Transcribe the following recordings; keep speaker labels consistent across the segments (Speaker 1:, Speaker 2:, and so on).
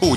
Speaker 1: 不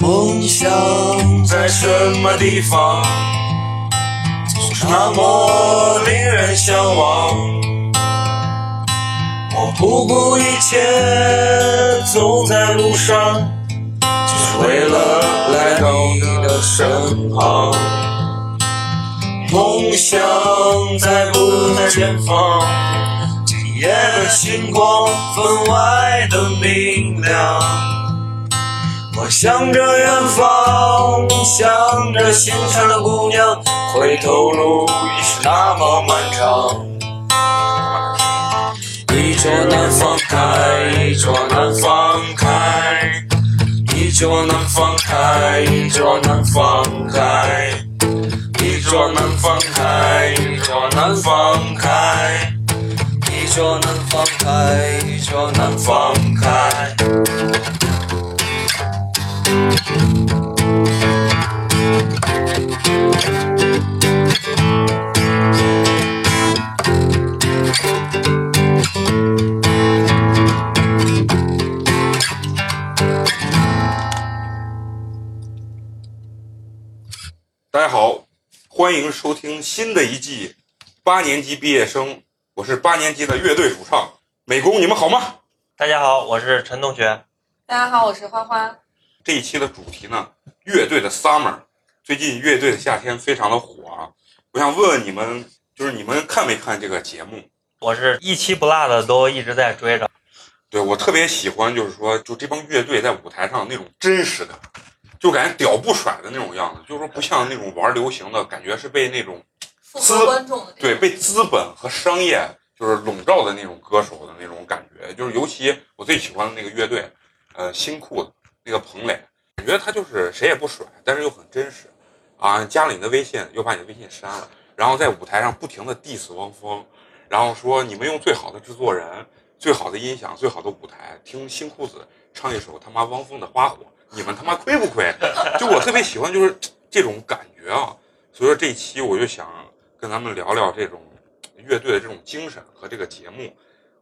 Speaker 2: 梦想在什么地方，总是那么令人向往。我不顾一切走在路上，就是为了来到你的身旁。梦想在不在前方？今夜的星光分外的明亮。我向着远方，向着心上的姑娘，回头路已是那么漫长。一直往南方开，一直往南方开，一直往南方开，一直往南方开，一直往南方开，一直往南方开，一直往南方开，一直往南方开。
Speaker 1: 大家好，欢迎收听新的一季八年级毕业生，我是八年级的乐队主唱美工，你们好吗？
Speaker 3: 大家好，我是陈同学。
Speaker 4: 大家好，我是花花。
Speaker 1: 这一期的主题呢，乐队的 summer。最近乐队的夏天非常的火啊，我想问问你们，就是你们看没看这个节目？
Speaker 3: 我是一期不落的都一直在追着，
Speaker 1: 对我特别喜欢，就是说，就这帮乐队在舞台上那种真实感，就感觉屌不甩的那种样子，就是说不像那种玩流行的感觉是被那种
Speaker 4: 复合观众的这
Speaker 1: 对
Speaker 4: 个
Speaker 1: 被资本和商业就是笼罩的那种歌手的那种感觉，就是尤其我最喜欢的那个乐队，呃，新裤子那个彭磊，感觉他就是谁也不甩，但是又很真实，啊，加了你的微信又把你的微信删了，然后在舞台上不停的 diss 汪峰，然后说你们用最好的制作人、最好的音响、最好的舞台，听新裤子唱一首他妈汪峰的《花火》，你们他妈亏不亏？就我特别喜欢就是这种感觉啊，所以说这一期我就想跟咱们聊聊这种乐队的这种精神和这个节目。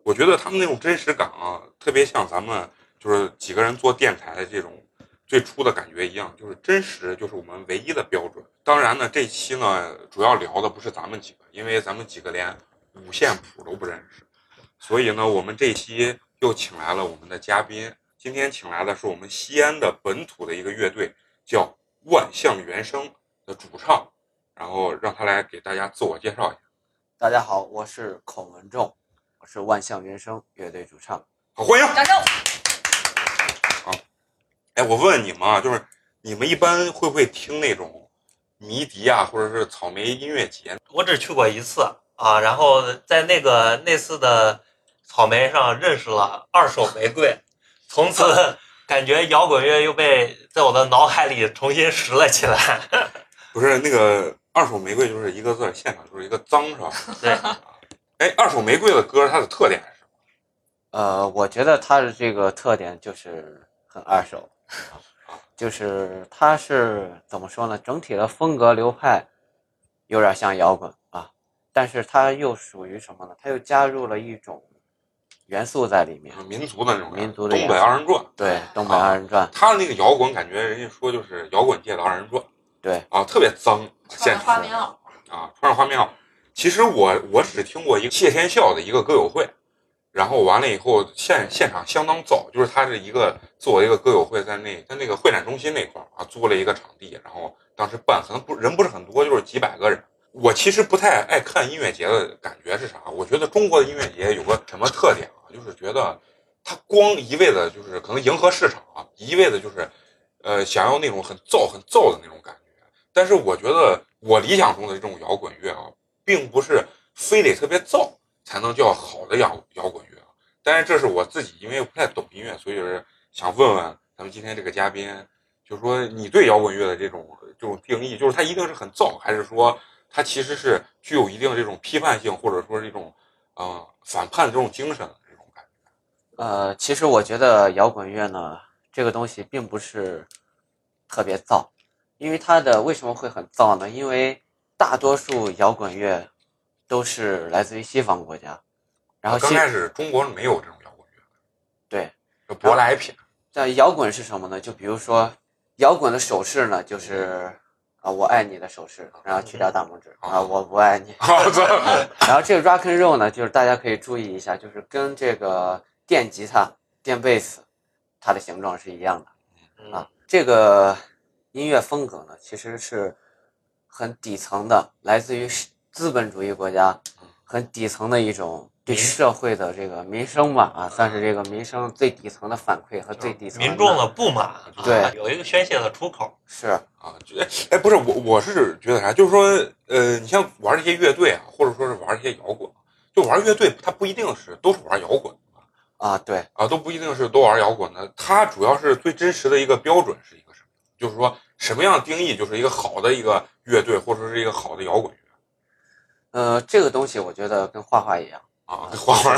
Speaker 1: 我觉得他们那种真实感啊，特别像咱们就是几个人做电台的这种最初的感觉一样，就是真实就是我们唯一的标准。当然呢，这期呢主要聊的不是咱们几个，因为咱们几个连五线谱都不认识，所以呢，我们这期又请来了我们的嘉宾。今天请来的是我们西安的本土的一个乐队，叫万象原声的主唱，然后让他来给大家自我介绍一下。
Speaker 5: 大家好，我是孔文仲，我是万象原声乐队主唱。
Speaker 1: 好，欢迎。啊
Speaker 4: 掌声。
Speaker 1: 哎，我问你们啊，就是你们一般会不会听那种迷笛啊，或者是草莓音乐节？
Speaker 3: 我只去过一次啊，然后在那个那次的草莓上认识了二手玫瑰，从此感觉摇滚乐又被在我的脑海里重新拾了起来。
Speaker 1: 不是那个二手玫瑰，就是一个字儿，现场就是一个脏，是吧？
Speaker 3: 对，
Speaker 1: 哎，二手玫瑰的歌它的特点是什么？
Speaker 5: 呃，我觉得他的这个特点就是很二手，就是他是怎么说呢？整体的风格流派有点像摇滚啊，但是他又属于什么呢？他又加入了一种元素在里面
Speaker 1: 就。是啊民族的那种感觉
Speaker 5: 民族的
Speaker 1: 东
Speaker 5: 呀
Speaker 1: 北二人转。
Speaker 5: 对，东北二人转，
Speaker 1: 他的那个摇滚，感觉人家说就是摇滚界的二人转
Speaker 5: 对，
Speaker 1: 啊，特别脏，现实
Speaker 4: 穿着花棉袄，
Speaker 1: 啊，穿上花棉袄。其实我我只听过一个谢天笑的一个歌友会，然后完了以后现现场相当早，就是他是一个做一个歌友会在那在那个会展中心那块儿啊租了一个场地，然后当时办可能不人不是很多，就是几百个人。我其实不太爱看音乐节的感觉是啥？我觉得中国的音乐节有个什么特点啊，就是觉得它光一味的就是可能迎合市场啊，一味的就是呃想要那种很燥很燥的那种感觉。但是我觉得我理想中的这种摇滚乐啊，并不是非得特别燥才能叫好的摇摇滚乐啊。但是这是我自己，因为不太懂音乐，所以就是想问问咱们今天这个嘉宾，就是说你对摇滚乐的这种这种定义，就是它一定是很燥，还是说它其实是具有一定这种批判性，或者说是一种呃反叛的这种精神的这种感觉？
Speaker 5: 呃，其实我觉得摇滚乐呢，这个东西并不是特别燥，因为它的为什么会很燥呢？因为大多数摇滚乐都是来自于西方国家，然后
Speaker 1: 哦刚
Speaker 5: 西
Speaker 1: 开始中国没有这种摇滚乐，
Speaker 5: 啊对，
Speaker 1: 就舶来品。
Speaker 5: 但摇滚是什么呢？就比如说，摇滚的手势呢，就是啊，我爱你的手势，然后去掉大拇指
Speaker 1: 哦
Speaker 5: 啊，我不爱你。
Speaker 1: 好的，
Speaker 5: 然后这个 rock and roll 呢，就是大家可以注意一下，就是跟这个电吉他、电贝斯，它的形状是一样的。
Speaker 3: 嗯
Speaker 5: 啊，这个音乐风格呢，其实是很底层的，来自于是资本主义国家，很底层的一种对社会的这个民生吧，啊，算是这个民生最底层的反馈和最底层
Speaker 3: 民众的不满，啊
Speaker 5: 对
Speaker 3: 有一个宣泄的出口。
Speaker 5: 是
Speaker 1: 啊，就哎哎，不是我，我是觉得啥，就是说，呃，你像玩这些乐队啊，或者说是玩这些摇滚，就玩乐队，它不一定是都是玩摇滚的
Speaker 5: 啊，对，
Speaker 1: 啊，都不一定是都玩摇滚的。它主要是最真实的一个标准是一个什么？就是说什么样定义就是一个好的一个乐队，或者说是一个好的摇滚乐
Speaker 5: 呃，这个东西我觉得跟画画一样，
Speaker 1: 啊？花 花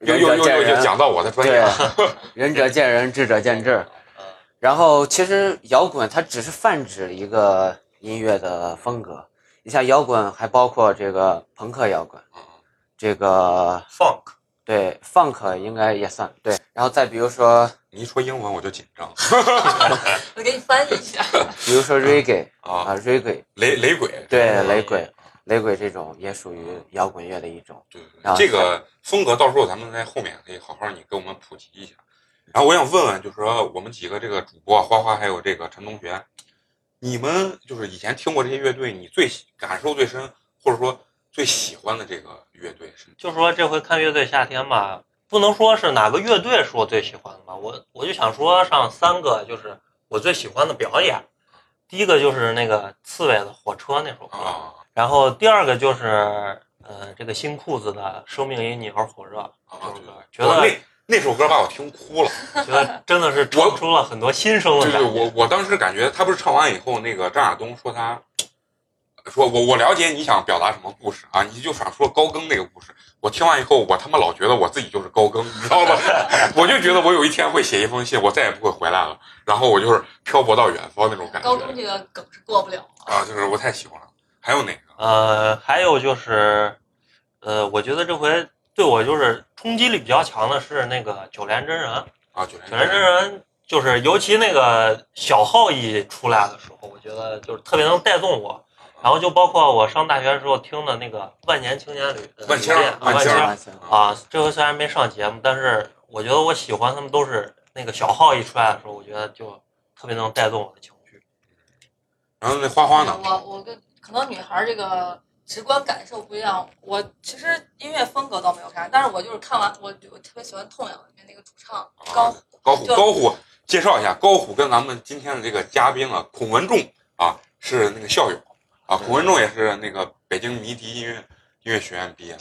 Speaker 1: 又
Speaker 5: 仁
Speaker 1: 又
Speaker 5: 者
Speaker 1: 又
Speaker 5: 见
Speaker 1: 又
Speaker 5: 仁
Speaker 1: 又讲到我的专业
Speaker 5: 对
Speaker 1: 了，
Speaker 5: 仁者见仁，智者见智。然后其实摇滚它只是泛指一个音乐的风格，你像摇滚还包括这个朋克摇滚，这个
Speaker 3: funk
Speaker 5: 对 funk 应该也算对。然后再比如说，
Speaker 1: 你一说英文我就紧 张
Speaker 4: 我给你翻译一下。
Speaker 5: 比如说 reggae
Speaker 1: 啊
Speaker 5: 啊，，reggae
Speaker 1: 雷雷鬼，
Speaker 5: 对雷鬼，雷鬼这种也属于摇滚乐的一种。
Speaker 1: 对对
Speaker 5: 然
Speaker 1: 对，这
Speaker 5: 后
Speaker 1: 个风格到时候咱们在后面可以好好你给我们普及一下。然后我想问问，就是说我们几个这个主播啊花花还有这个陈同学，你们就是以前听过这些乐队，你最喜感受最深，或者说最喜欢的这个乐队是？
Speaker 3: 就说这回看乐队夏天吧，不能说是哪个乐队是我最喜欢的吧，我我就想说上三个，就是我最喜欢的表演。第一个就是那个刺猬的火车那首歌，
Speaker 1: 啊
Speaker 3: 然后第二个就是呃这个新裤子的生命因你而火热，
Speaker 1: 啊，
Speaker 3: 觉得
Speaker 1: 我那那首歌把我听哭了，
Speaker 3: 觉得真的是唱出了很多新生
Speaker 1: 就
Speaker 3: 的感
Speaker 1: 是
Speaker 3: 觉。
Speaker 1: 我我当时感觉他不是唱完以后，那个张亚东说他。说我我了解你想表达什么故事啊，你就想说高更那个故事。我听完以后，我他妈老觉得我自己就是高更，你知道吗？ 我就觉得我有一天会写一封信，我再也不会回来了，然后我就是漂泊到远方那种 感
Speaker 4: 高中这
Speaker 1: 觉
Speaker 4: 个梗是过不了。
Speaker 1: 啊，就是我太喜欢了。还有哪个？
Speaker 3: 呃，还有就是，呃，我觉得这回对我就是冲击力比较强的是那个九连真人，
Speaker 1: 啊，九
Speaker 3: 九
Speaker 1: 连
Speaker 3: 连真人就是尤其那个小号一出来的时候，我觉得就是特别能带动我。然后就包括我上大学的时候听的那个《万年青年旅》呃
Speaker 1: 万青儿
Speaker 3: 旅店啊
Speaker 1: 万
Speaker 3: 万
Speaker 1: 青
Speaker 3: 青
Speaker 1: 儿
Speaker 3: 儿
Speaker 5: 行行
Speaker 3: 啊，这回虽然没上节目，但是我觉得我喜欢他们都是那个小号一出来的时候，我觉得就特别能带动我的情绪。
Speaker 1: 然后那花花呢？
Speaker 4: 我我跟可能女孩儿这个直观感受不一样。我其实音乐风格倒没有啥，但是我就是看完我我特别喜欢痛痒里面那个主唱
Speaker 1: 啊
Speaker 4: 高虎，
Speaker 1: 高虎，
Speaker 4: 就
Speaker 1: 高虎，介绍一下，高虎跟咱们今天的这个嘉宾啊，孔文仲啊，是那个校友啊，孔文仲也是那个北京迷笛音乐音乐学院毕业的。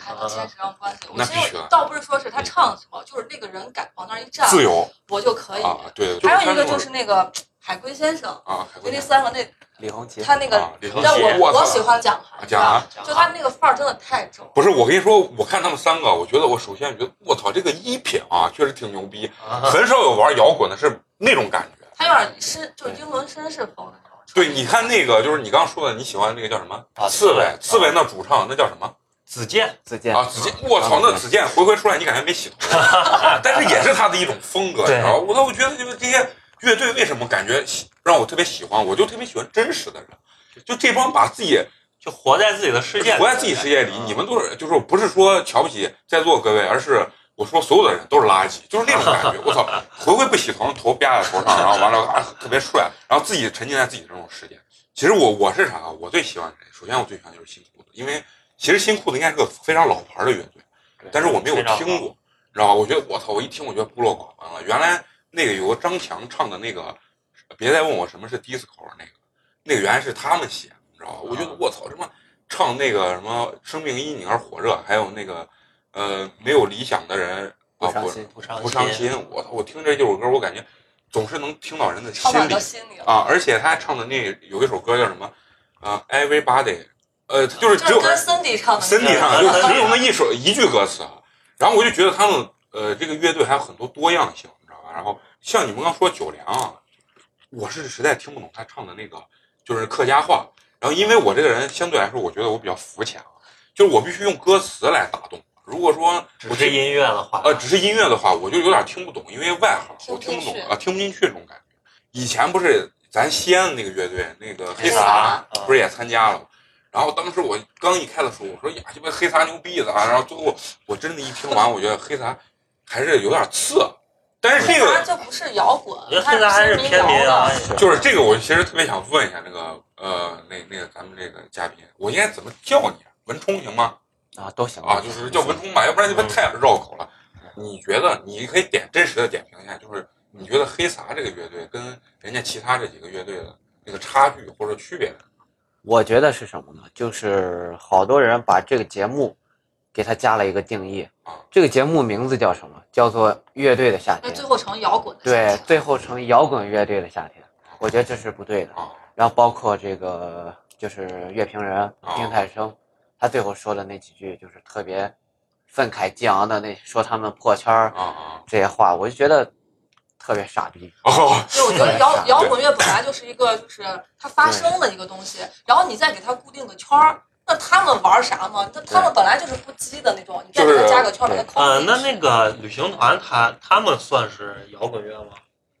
Speaker 4: 还能牵扯上关系。我
Speaker 1: 那
Speaker 4: 其
Speaker 1: 必须
Speaker 4: 实
Speaker 1: 啊
Speaker 4: 倒不是说是他唱什么，就是那个人敢往那儿一站，
Speaker 1: 自由
Speaker 4: 我就可以。
Speaker 1: 啊，对，
Speaker 4: 啊哎还有一个
Speaker 1: 就
Speaker 4: 就是那个海龟先生，
Speaker 1: 啊，海
Speaker 4: 就
Speaker 1: 龟
Speaker 4: 那
Speaker 1: 汤
Speaker 4: 三个那
Speaker 5: 李红旗
Speaker 4: 他那个，
Speaker 1: 啊，李承
Speaker 4: 但
Speaker 1: 熙
Speaker 4: 我
Speaker 1: 操
Speaker 4: 我喜欢蒋涵，
Speaker 1: 蒋涵
Speaker 4: 就他那个范儿真的太重。
Speaker 1: 啊不是我跟你说，我看他们三个，我觉得我首先觉得我操，这个一品啊，确实挺牛逼，
Speaker 3: 啊，
Speaker 1: 很少有玩摇滚的是那种感觉。
Speaker 4: 他有点绅，就是英伦绅士风的那种。
Speaker 1: 对，你看那个就是你刚说的，你喜欢那个叫什么？
Speaker 3: 啊
Speaker 1: 刺猬，刺
Speaker 3: 刺
Speaker 1: 猬
Speaker 3: 猬
Speaker 1: 那主唱那叫什么？
Speaker 3: 子健，
Speaker 5: 子健
Speaker 1: 啊，子健，我操，那子健回回出来，你感觉没洗头，但是也是他的一种风格，你
Speaker 3: 对
Speaker 1: 知道吗？我操，我觉得就是这些乐队为什么感觉喜让我特别喜欢，我就特别喜欢真实的人，就这帮把自己
Speaker 3: 就活在自己的世界里，
Speaker 1: 活在自己世界里，你们都是就是不是说瞧不起在座各位，而是我说所有的人都是垃圾，就是那种感觉。我操，回回不洗头，头啪在头上，然后完了啊特别帅，然后自己沉浸在自己这种世界。其实我我是啥啊？我最喜欢谁？首先我最喜欢就是新裤子，因为其实新裤子应该是个非常老牌的乐队，
Speaker 3: 对
Speaker 1: 但是我没有
Speaker 3: 非常
Speaker 1: 听过，你知道吧？我觉得我操，我一听我觉得孤陋寡闻了。原来那个有个张强唱的那个，别再问我什么是 disco 那个，那个原来是他们写的，你知道吧？我觉得我操，他妈唱那个什么《生命因你而火热》，还有那个呃没有理想的人啊
Speaker 5: 不伤
Speaker 1: 不
Speaker 5: 心
Speaker 3: 不伤
Speaker 1: 不伤心，我操，我听这六首歌，我感觉总是能听到人的心
Speaker 4: 唱满
Speaker 1: 里
Speaker 4: 到心里了。
Speaker 1: 啊，而且他唱的那有一首歌叫什么啊？Everybody，呃，他就是
Speaker 4: 就
Speaker 1: 只
Speaker 4: 是
Speaker 1: 有
Speaker 4: 跟 Cindy 唱的，
Speaker 1: 身体上
Speaker 3: 嗯
Speaker 1: 就
Speaker 3: 嗯
Speaker 1: 只有那么一首一句歌词啊。然后我就觉得他们呃这个乐队还有很多多样性，你知道吧？然后像你们刚说九良啊，我是实在听不懂他唱的那个就是客家话。然后因为我这个人相对来说，我觉得我比较肤浅啊，就是我必须用歌词来打动。如果说
Speaker 3: 只
Speaker 1: 我
Speaker 3: 是音乐的话，
Speaker 1: 呃，只是音乐的话，我就有点听不懂，因为外行，我听不
Speaker 4: 听不
Speaker 1: 懂
Speaker 4: 进去
Speaker 1: 啊，听不进去这种感觉。以前不是咱西安的那个乐队，那个黑
Speaker 4: 黑撒
Speaker 1: 撒，嗯不是也参加了吗？然后当时我刚一开的时候，我说呀，鸡巴黑撒牛逼的啊！然后最后我真的一听完，我觉得黑撒还是有点次，但是这
Speaker 4: 他
Speaker 1: 个
Speaker 4: 就不是摇滚
Speaker 3: 我觉，得
Speaker 4: 他
Speaker 3: 现在还是偏民
Speaker 4: 谣
Speaker 3: 啊
Speaker 4: 的。，
Speaker 1: 就是这个，我其实特别想问一下那个呃，那那个咱们这个嘉宾，我应该怎么叫你？文冲行吗？
Speaker 5: 啊，都行
Speaker 1: 啊，就是叫文冲吧，要不然这不太绕口了。你觉得你可以点真实的点评一下，就是你觉得黑撒这个乐队跟人家其他这几个乐队的那个差距或者区别？
Speaker 5: 我觉得是什么呢？就是好多人把这个节目给它加了一个定义
Speaker 1: 啊。
Speaker 5: 这个节目名字叫什么？叫做《乐队的夏
Speaker 4: 那
Speaker 5: 天
Speaker 4: 最》。后成摇滚的。
Speaker 5: 对，，最后成摇滚乐队的夏天，我觉得这是不对的
Speaker 1: 啊。
Speaker 5: 然后包括这个就是乐评人
Speaker 1: 啊
Speaker 5: 丁太升，他最后说的那几句就是特别愤慨激昂的那说他们破圈儿
Speaker 1: 啊啊
Speaker 5: 这些话，我就觉得特别傻逼。
Speaker 1: 哦，
Speaker 4: 对，我觉得摇摇滚乐本来就是一个，就是它发声的一个东西，然后你再给它固定个圈儿，那他们玩啥嘛？那他们本来就是不羁的那种，你再给它加个圈儿，把它扣
Speaker 3: 呃，
Speaker 4: 进去
Speaker 3: 那那个旅行团他他们算是摇滚乐吗？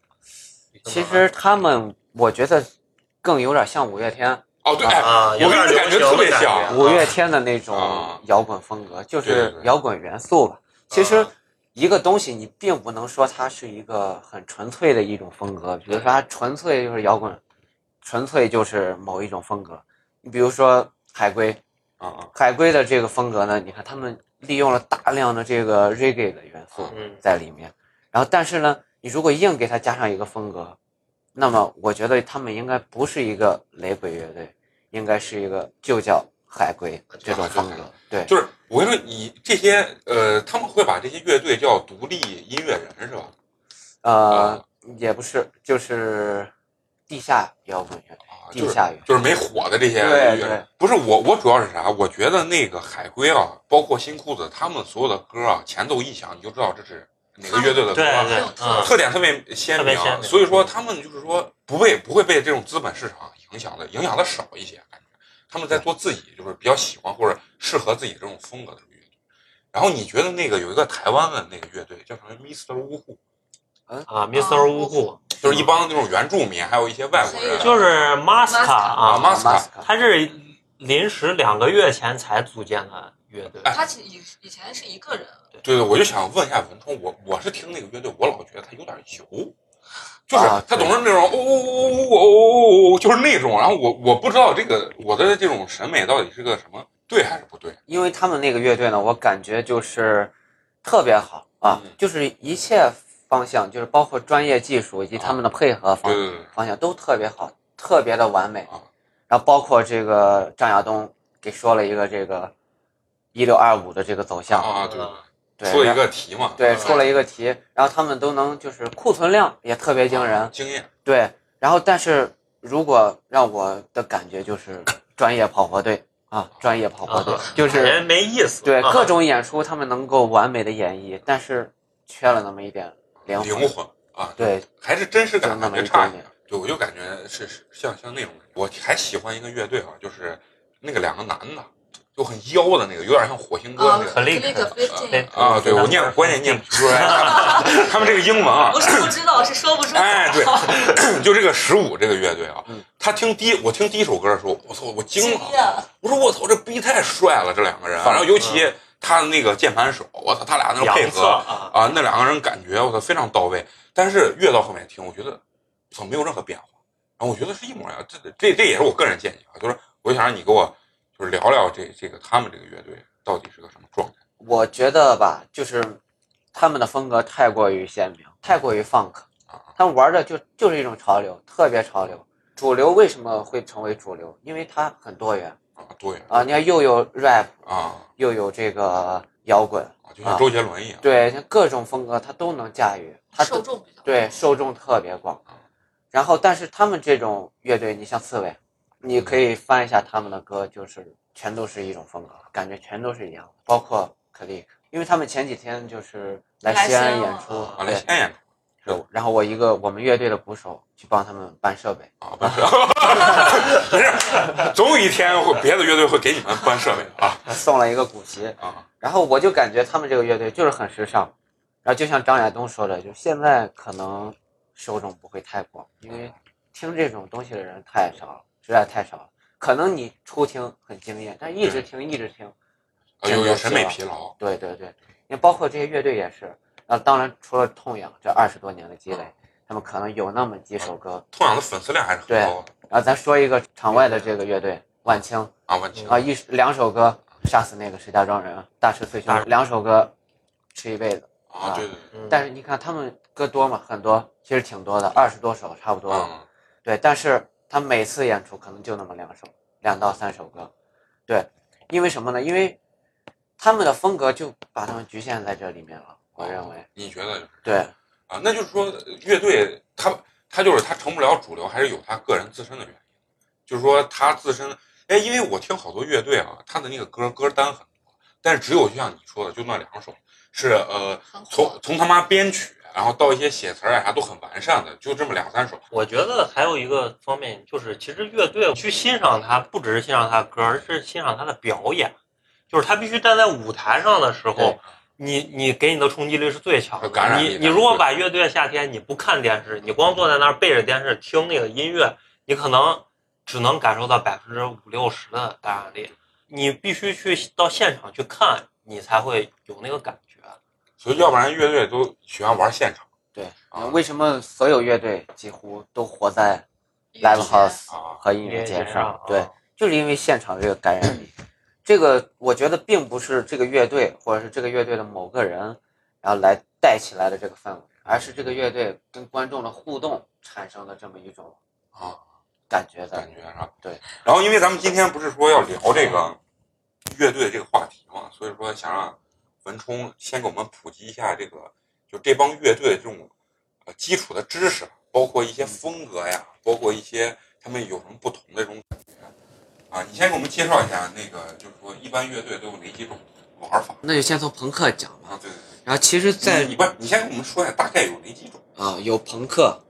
Speaker 3: 旅行
Speaker 5: 其
Speaker 3: 团
Speaker 5: 实他们，我觉得更有点像五月天，
Speaker 1: 哦对，哎，
Speaker 3: 啊，有点
Speaker 1: 我跟你
Speaker 3: 流行
Speaker 1: 感觉特别
Speaker 3: 的
Speaker 1: 像
Speaker 3: 感觉啊嗯
Speaker 5: 五月天的那
Speaker 1: 啊
Speaker 5: 种摇滚风格，就
Speaker 1: 对
Speaker 5: 是
Speaker 1: 对对
Speaker 5: 摇滚元素吧。其实
Speaker 1: 啊
Speaker 5: 一个东西，你并不能说它是一个很纯粹的一种风格，比如说它纯粹就是摇滚，纯粹就是某一种风格。你比如说海龟，
Speaker 1: 啊啊
Speaker 5: 海龟的这个风格呢，你看他们利用了大量的这个 reggae 的元
Speaker 1: 啊
Speaker 5: 素
Speaker 3: 嗯
Speaker 5: 在里面，然后但是呢，你如果硬给它加上一个风格，那么我觉得他们应该不是一个雷鬼乐队，应该是一个就叫海龟这种风格。对，
Speaker 1: 啊就是我跟你说，你这些呃，他们会把这些乐队叫独立音乐人是吧？啊
Speaker 5: 呃，也不是，就是地下摇滚乐队，
Speaker 1: 啊，就
Speaker 5: 地
Speaker 1: 是
Speaker 5: 下乐队。
Speaker 1: 就是没火的这些
Speaker 5: 对
Speaker 1: 音乐人
Speaker 5: 对
Speaker 1: 不是我，我主要是啥？我觉得那个海龟啊，包括新裤子，他们所有的歌啊，前奏一响你就知道这是哪个乐队的歌啊
Speaker 3: 对
Speaker 1: 了。
Speaker 3: 对，嗯，
Speaker 1: 特点特别鲜
Speaker 3: 特
Speaker 1: 明
Speaker 3: 别鲜，明嗯
Speaker 1: 所以说他们就是说不被不会被这种资本市场影响的，影响的少一些，感觉他们在做自己就是比较喜欢或者适合自己这种风格的乐队。然后你觉得那个有一个台湾的那个乐队叫什么 Mr. 呜呼，
Speaker 3: 啊，Mr. 呜呼，
Speaker 1: 就是一帮那种原住民，还有一些外国人
Speaker 4: 嗯
Speaker 3: 就是 Maska
Speaker 1: 啊
Speaker 3: 啊，
Speaker 1: 马斯
Speaker 5: 马
Speaker 1: 卡
Speaker 5: 斯卡
Speaker 3: 他是临时两个月前才组建的乐
Speaker 5: 哎
Speaker 3: 队，
Speaker 4: 他其以以前是一个人，
Speaker 1: 对对，我就想问一下文冲，我我是听那个乐队，我老觉得他有点油，就是
Speaker 5: 啊
Speaker 1: 他
Speaker 5: 对
Speaker 1: 总是那种哦哦哦哦哦哦哦，就是那种，然后我我不知道这个我的这种审美到底是个什么对还是不对
Speaker 5: 因为他们那个乐队呢，我感觉就是特别好啊，
Speaker 1: 嗯
Speaker 5: 就是一切方向，就是包括专业技术以及他们的配合方、
Speaker 1: 对对对
Speaker 5: 方向都特别好，特别的完美。
Speaker 1: 啊。
Speaker 5: 然后包括这个张亚东给说了一个这个一六二五的这个走向，
Speaker 1: 啊，
Speaker 2: 嗯
Speaker 1: 对，
Speaker 5: 对，
Speaker 1: 出了一
Speaker 5: 然后
Speaker 1: 个题嘛，啊
Speaker 5: 对出了一个题，然后他们都能就是库存量也特别惊人，
Speaker 1: 经验
Speaker 5: 对，然后但是如果让我的感觉就是专业跑火队啊，专业跑火队、
Speaker 3: 啊
Speaker 5: 就
Speaker 3: 感觉
Speaker 5: 是
Speaker 3: 没意思，
Speaker 5: 对
Speaker 3: 啊
Speaker 5: 各种演出他们能够完美的演绎，但是缺了那么一点灵魂。
Speaker 1: 灵魂啊，，
Speaker 5: 对，
Speaker 1: 还是真实感
Speaker 5: 就那
Speaker 1: 感
Speaker 5: 么
Speaker 1: 觉
Speaker 5: 一
Speaker 1: 差一
Speaker 5: 点
Speaker 1: 点。对，我就感觉是是像像那种感觉，我还喜欢一个乐队啊，就是那个两个男的，就很妖的那个，有点像火星哥
Speaker 4: 啊
Speaker 1: 那个。
Speaker 3: Click
Speaker 4: ，Click Fifteen，
Speaker 1: 啊，对我念关键念不出来，他们这个英文啊
Speaker 4: 不，是不知道，是说不出口。
Speaker 1: 哎，对， 就这个十五这个乐队啊
Speaker 5: 嗯，
Speaker 1: 他听第一我听第一首歌的时候，我操，我惊
Speaker 4: 惊
Speaker 1: 了，
Speaker 4: 艳，
Speaker 1: 我说我操，这逼太帅了，这两个人，然后
Speaker 5: 嗯
Speaker 1: 尤其他那个键盘手，我操，他俩那个配
Speaker 3: 两侧
Speaker 1: 合，
Speaker 3: 啊，
Speaker 1: 啊，那两个人感觉我操非常到位，但是越到后面听，我觉得操没有任何变化，然后我觉得是一模一样。这这这也是我个人建议啊，就是我就想让你给我就是聊聊这这个他们这个乐队到底是个什么状态
Speaker 5: 我觉得吧，就是他们的风格太过于鲜明，太过于 funk，
Speaker 1: 啊
Speaker 5: 他们玩的就就是一种潮流，特别潮流。主流为什么会成为主流？因为它很多元
Speaker 1: 啊，对
Speaker 5: 啊，你看又有 rap，
Speaker 1: 啊
Speaker 5: 又有这个摇滚，
Speaker 1: 啊，就像周杰伦一样，
Speaker 5: 对，像各种风格它都能驾驭，它
Speaker 4: 受
Speaker 5: 都
Speaker 4: 众比较
Speaker 5: 对受众特别广。啊然后，但是他们这种乐队，你像刺猬，你可以翻一下他们的歌，就是全都是一种风格，感觉全都是一样的，包括 Click，因为他们前几天就是来西安演
Speaker 4: 来西
Speaker 5: 出
Speaker 4: 安了，
Speaker 1: 啊，来
Speaker 5: 对
Speaker 1: 西安演出
Speaker 5: 对，然后我一个我们乐队的鼓手去帮他们搬设备，
Speaker 1: 啊，不是，不是，总有一天会别的乐队会给你们搬设备啊
Speaker 5: 送了一个古琴，
Speaker 1: 啊，
Speaker 5: 然后我就感觉他们这个乐队就是很时尚，然后就像张亚东说的，就现在可能受众不会太广，因为听这种东西的人太少了，实在太少了。可能你初听很惊艳，但一直听一直听，
Speaker 1: 啊有有审美疲劳，
Speaker 5: 对对对，你包括这些乐队也是。那当然，除了痛痒这二十多年的积累，他们可能有那么几首歌。
Speaker 1: 痛仰的粉丝量还是很高的
Speaker 5: 然后咱说一个场外的这个乐队万青，
Speaker 1: 啊，问题
Speaker 5: 啊，一两首歌杀死那个石家庄人，啊大石碎胸，两首歌吃一辈子。
Speaker 1: 啊，对对对，
Speaker 3: 嗯
Speaker 5: 但是你看他们歌多嘛，很多，其实挺多的，二十多首差不多。
Speaker 1: 嗯，
Speaker 5: 对，但是他每次演出可能就那么两首，两到三首歌。对，因为什么呢？因为他们的风格就把他们局限在这里面了。我认为，
Speaker 1: 你觉得
Speaker 5: 对
Speaker 1: 啊，那就是说乐队他他就是他成不了主流，还是有他个人自身的原因，就是说他自身，哎，因为我听好多乐队啊，他的那个歌歌单很多，但是只有就像你说的，就那两首是呃
Speaker 4: 很
Speaker 1: 从
Speaker 4: 火。
Speaker 1: 从他妈编曲，然后到一些写词儿啊啥都很完善的，就这么两三首
Speaker 3: 我觉得还有一个方面就是，其实乐队去欣赏它，不只是欣赏它歌，而是欣赏它的表演。就是他必须站在舞台上的时候
Speaker 5: 对，
Speaker 3: 你你给你的冲击力是最强
Speaker 1: 和感
Speaker 3: 的。
Speaker 1: 染力
Speaker 3: 你
Speaker 1: 感
Speaker 3: 你如果把乐队的夏天你不看电视，你光坐在那儿背着电视听那个音乐，你可能只能感受到百分之五六十的感染力。你必须去到现场去看，你才会有那个感觉。
Speaker 1: 所以要不然乐队都喜欢玩现场
Speaker 5: 对。
Speaker 1: 啊
Speaker 5: 为什么所有乐队几乎都活在
Speaker 4: 音乐
Speaker 5: live
Speaker 4: 节
Speaker 5: house
Speaker 1: 啊，
Speaker 5: 和音乐
Speaker 3: 音乐
Speaker 5: 节
Speaker 3: 节上
Speaker 5: 上
Speaker 3: 啊？
Speaker 5: 对，就是因为现场这个感染力。这个我觉得并不是这个乐队或者是这个乐队的某个人，然后来带起来的这个氛围，而是这个乐队跟观众的互动产生的这么一种
Speaker 1: 啊
Speaker 5: 感觉
Speaker 1: 感
Speaker 5: 的。
Speaker 1: 觉是吧？
Speaker 5: 对。
Speaker 1: 然后因为咱们今天不是说要聊这个乐队这个话题嘛，所以说想让文冲先给我们普及一下这个，就这帮乐队这种呃基础的知识，包括一些风格呀，包括一些他们有什么不同的这种感觉啊。你先给我们介绍一下那个，就是说一般乐队都有哪几种玩法
Speaker 5: 那就先从朋克讲
Speaker 1: 啊
Speaker 5: 吧。？
Speaker 1: 对对
Speaker 5: 然后其实在，
Speaker 1: 对，你不是你先给我们说一下大概有哪几种
Speaker 5: 啊、有朋克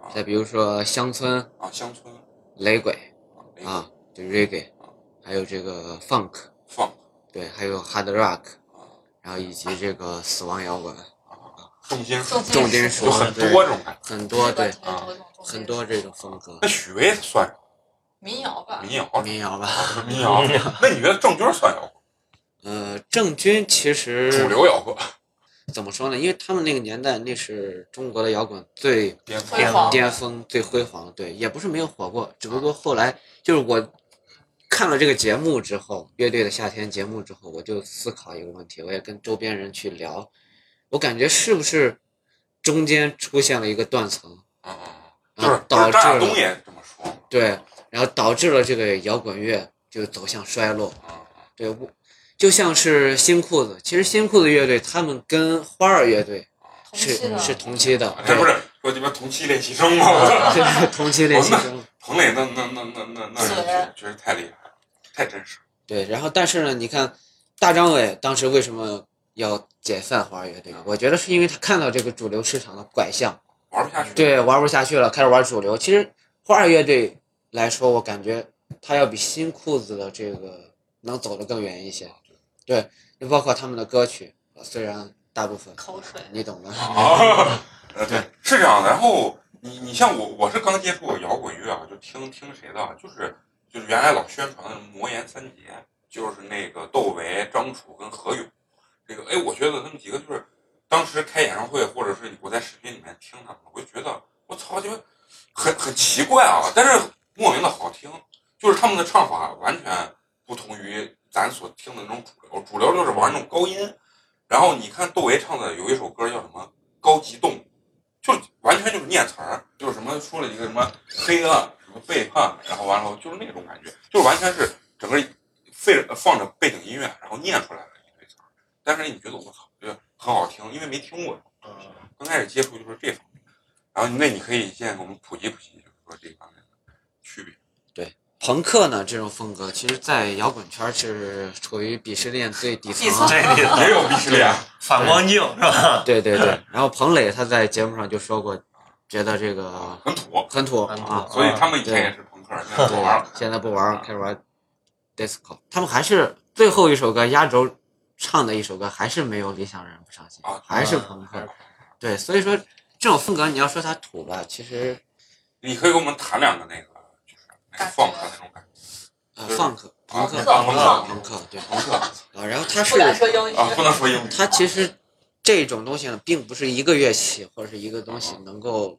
Speaker 1: 啊，
Speaker 5: 再比如说乡村
Speaker 1: 啊？乡村
Speaker 5: 雷鬼
Speaker 1: 啊，雷鬼
Speaker 5: 啊，就 reggae，
Speaker 1: 啊
Speaker 5: 还有这个 funk，
Speaker 1: 放
Speaker 5: 对，还有 hard rock，
Speaker 1: 啊
Speaker 5: 然后以及这个死亡摇滚、
Speaker 1: 重金属
Speaker 4: 重金
Speaker 5: 重金属，
Speaker 1: 就很
Speaker 5: 嗯对
Speaker 1: 多这种感觉。
Speaker 5: 很多对，
Speaker 1: 啊
Speaker 5: 很多这种风格
Speaker 1: 那，许巍算
Speaker 4: 民谣吧，
Speaker 1: 民谣，
Speaker 5: 民谣吧。
Speaker 1: 民 谣。那你觉得郑钧算摇滚？
Speaker 5: 呃，郑钧其实
Speaker 1: 主流摇滚
Speaker 5: 怎么说呢？因为他们那个年代，那是中国的摇滚最
Speaker 1: 巅
Speaker 4: 辉煌
Speaker 5: 巅峰、最辉煌。对，也不是没有火过，只不过后来就是我看了这个节目之后，乐队的夏天节目之后，我就思考一个问题，我也跟周边人去聊，我感觉是不是中间出现了一个断层，
Speaker 1: 嗯嗯，嗯就
Speaker 5: 然后
Speaker 1: 是
Speaker 5: 导
Speaker 1: 张
Speaker 5: 致
Speaker 1: 亚东
Speaker 5: 了
Speaker 1: 也这么说嘛。
Speaker 5: 对，然后导致了这个摇滚乐就走向衰落。
Speaker 1: 嗯
Speaker 5: 对，我就像是新裤子，其实新裤子乐队他们跟花儿乐队
Speaker 4: 同
Speaker 5: 是
Speaker 4: 期的
Speaker 5: 是同期的
Speaker 1: 嗯，，这不是说你们同期练习生吗？
Speaker 5: 对同期练习生。
Speaker 1: 彭磊那那那那那那人确实太厉害了，太真实了。
Speaker 5: 对，然后但是呢，你看大张伟当时为什么要解散花儿乐
Speaker 1: 啊
Speaker 5: 队？我觉得是因为他看到这个主流市场的拐向，
Speaker 1: 玩不下去。
Speaker 5: 对，玩不下去了，开始玩主流。其实花儿乐队来说，我感觉他要比新裤子的这个能走得更远一些。对，就包括他们的歌曲，虽然大部分
Speaker 4: 口水，
Speaker 5: 你懂的。
Speaker 1: 啊，呃对，是这样的。然后你你像我，我是刚接触摇滚乐啊，就听听谁的啊，就是就是原来老宣传的魔岩三杰，就是那个窦唯、张楚跟何勇。这个哎，我觉得他们几个就是当时开演唱会，或者是我在视频里面听他们，我就觉得我操，就很很奇怪啊，但是莫名的好听，就是他们的唱法完全不同于咱所听的那种主流，主流就是玩那种高音。然后你看窦唯唱的有一首歌叫什么？高级动物，就完全就是念词儿，就是什么说了一个什么黑暗，什么么背叛，然后完了后就是那种感觉，就是完全是整个背着放着背景音乐，然后念出来的一堆词儿，但是你觉得我操，觉得很好听，因为没听过，刚开始接触就是这方面，然后那你可以现在给我们普及普及，就是说这方面的区别。
Speaker 5: 朋克呢这种风格，其实在摇滚圈是处于鄙视链最底层啊。
Speaker 3: 这里
Speaker 1: 也有鄙视链，
Speaker 3: 哎反光镜是吧？
Speaker 5: 对对对，然后彭磊他在节目上就说过，觉得这个
Speaker 1: 很土，
Speaker 5: 很土
Speaker 3: 很土
Speaker 5: 啊，
Speaker 1: 所以他们以前也是朋克，现在不玩了。
Speaker 5: 现在不玩了，开始玩 disco。他们还是最后一首歌压轴唱的一首歌，还是没有理想人不伤心
Speaker 1: 啊，
Speaker 5: 还是朋克。对，所以说这种风格你要说它土吧，其实
Speaker 1: 你可以给我们谈两个那个，就是那个
Speaker 4: 感觉
Speaker 1: 放克那种感觉，
Speaker 5: 呃
Speaker 1: 对
Speaker 5: 放克、朋克、
Speaker 1: 啊朋克
Speaker 5: 朋克，对
Speaker 1: 朋克啊，
Speaker 5: 啊，然后它
Speaker 4: 不
Speaker 5: 是
Speaker 4: 敢说英语。
Speaker 1: 不能说英语，
Speaker 5: 它其实这种东西呢，并不是一个乐器或者是一个东西能够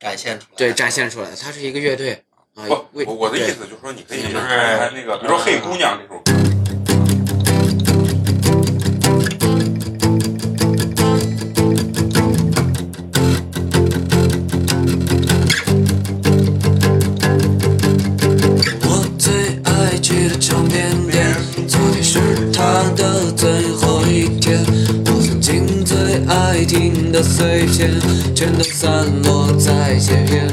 Speaker 3: 展现出来。
Speaker 5: 对展现出来的，它是一个乐队啊。
Speaker 1: 不，
Speaker 5: 为
Speaker 1: 我我的意，
Speaker 5: 对
Speaker 1: 思就是说，你可以就是
Speaker 4: 哎
Speaker 1: 那个，比如说《黑姑娘》这首歌，
Speaker 2: 我最爱去的唱片店，昨天是他的最后一天。我曾经最爱听的碎片，全都散落在街边。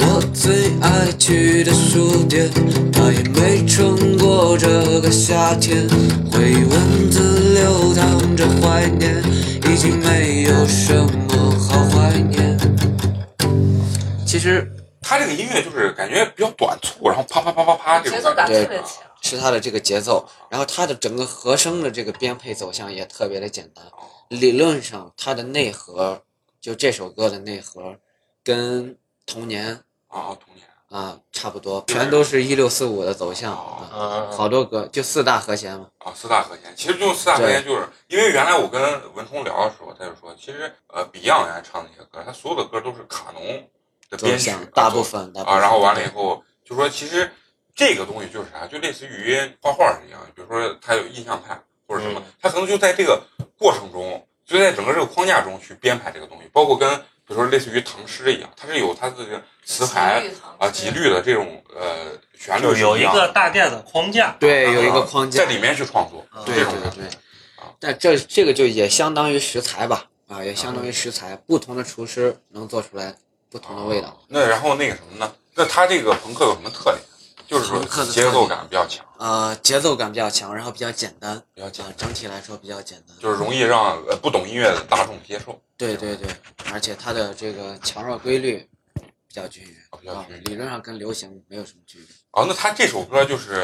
Speaker 2: 我最爱去的书店，它也没撑过这个夏天。回忆文字流淌着怀念，已经没有什么好怀念。
Speaker 5: 其实
Speaker 1: 它这个音乐就是感觉比较短促，然后啪啪啪啪啪这种
Speaker 4: 节奏感
Speaker 1: 觉
Speaker 4: 特别强，
Speaker 5: 是它的这个节奏，然后它的整个和声的这个编配走向也特别的简单。理论上，它的内核就这首歌的内核，跟童年
Speaker 1: 啊，童年
Speaker 5: 啊差不多，全都是一六四五的走向
Speaker 1: 哦
Speaker 5: 啊，
Speaker 3: 嗯，
Speaker 5: 好多歌就四大和弦嘛。
Speaker 1: 啊，四大和弦，其实就四大和弦，就是因为原来我跟文冲聊的时候，他就说，其实呃，Beyond 原来唱那些歌，他所有的歌都是卡农的
Speaker 5: 走
Speaker 1: 编曲
Speaker 5: 向，大部分，大部
Speaker 1: 啊，
Speaker 5: 分
Speaker 1: 然后完了以后就说，其实这个东西就是啥，就类似于画画是一样，比如说他有印象派或者什么
Speaker 3: 嗯，
Speaker 1: 他可能就在这个过程中，就在整个这个框架中去编排这个东西，包括跟比如说类似于唐诗一样，它是有它自己的词牌啊、几
Speaker 4: 率
Speaker 1: 律的这种呃旋律
Speaker 3: 就是有一
Speaker 1: 样
Speaker 3: 个
Speaker 1: 的
Speaker 3: 大概的框架。
Speaker 5: 对有一
Speaker 1: 啊
Speaker 5: 个框架
Speaker 1: 在里面去创作
Speaker 3: 啊，
Speaker 5: 对
Speaker 1: 这
Speaker 5: 对
Speaker 1: 种感觉
Speaker 5: 对
Speaker 1: 啊，
Speaker 5: 但这这个就也相当于食材吧，啊，也相当于食材，不同的厨师能做出来不同的味道。
Speaker 1: 那然后那个什么呢？那它这个朋克有什么特点？就是说
Speaker 5: 朋克的特
Speaker 1: 节
Speaker 5: 点
Speaker 1: 奏感比较强，
Speaker 5: 呃，节奏感比较强，然后比较简单，
Speaker 1: 比较简
Speaker 5: 啊
Speaker 1: 单，，
Speaker 5: 整体来说比较简单。
Speaker 1: 就是容易让呃不懂音乐的大众接受。
Speaker 5: 对对对，而且它的这个强弱规律比较均匀
Speaker 1: 啊比较均匀
Speaker 5: 理论上跟流行没有什么区别。
Speaker 1: 哦，那他这首歌就是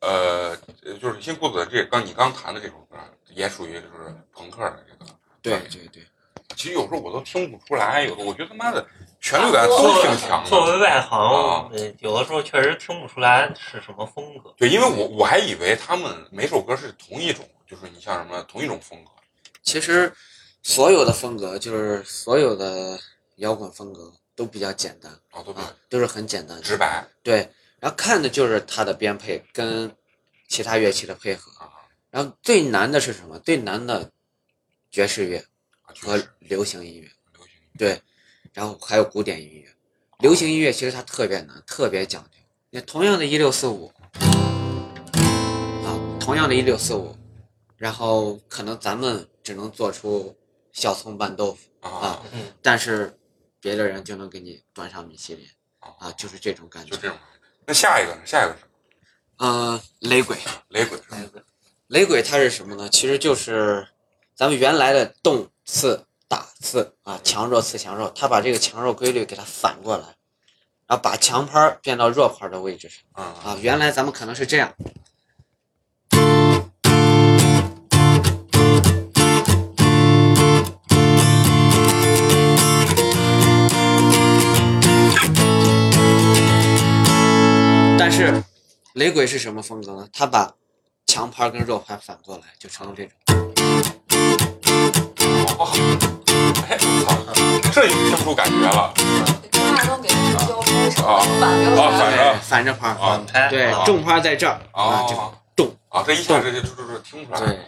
Speaker 1: 呃，就是新裤子的这刚你刚弹的这首歌，也属于就是朋克的这个。
Speaker 5: 对啊对对，
Speaker 1: 其实有时候我都听不出来，有时候我觉得他妈的旋律感都挺强
Speaker 3: 作为
Speaker 1: 的。
Speaker 3: 外行
Speaker 1: 啊，
Speaker 3: 呃有的时候确实听不出来是什么风格。
Speaker 1: 对，因为我我还以为他们每首歌是同一种，就是你像什么同一种风格。
Speaker 5: 其实所有的风格，就是所有的摇滚风格都比较简单
Speaker 1: 啊，都比较
Speaker 5: 啊，都是很简单的。
Speaker 1: 直白
Speaker 5: 对，然后看的就是它的编配跟其他乐器的配合。
Speaker 1: 啊
Speaker 5: 然后最难的是什么？最难的爵士乐
Speaker 1: 啊，就
Speaker 5: 和
Speaker 1: 是
Speaker 5: 流行音乐，
Speaker 1: 流行音乐
Speaker 5: 对，然后还有古典音乐。流行音乐其实它特别难，特别讲究。那同样的一六四五啊，同样的一六四五，然后可能咱们只能做出小葱拌豆腐，
Speaker 1: 啊，
Speaker 5: 但是别的人就能给你端上米其林啊，就是这种感
Speaker 1: 哦
Speaker 5: 觉
Speaker 1: 就。这种。那下一个呢？下一个是什么
Speaker 5: 呃，雷鬼。
Speaker 1: 雷鬼是吧？
Speaker 5: 雷鬼它是什么呢？其实就是咱们原来的动次打次啊，强弱次强弱，它把这个强弱规律给它反过来，然后把强拍儿变到弱拍儿的位置上
Speaker 1: 嗯，
Speaker 5: 啊。原来咱们可能是这样，但是雷鬼是什么风格呢？它把强拍儿跟弱拍儿反过来，就成了这种。
Speaker 1: 哦，哎，我操，这就听出感觉了
Speaker 4: 跟大家都给人交流什
Speaker 1: 啊
Speaker 4: 么反流
Speaker 1: 啊反着
Speaker 4: 程
Speaker 5: 对，反着拍儿，
Speaker 1: 啊！
Speaker 3: 哎
Speaker 5: 对，重拍儿在这儿啊，这个
Speaker 1: 哦，
Speaker 5: 动，
Speaker 1: 啊，这一下这就就就听出来了。
Speaker 5: 对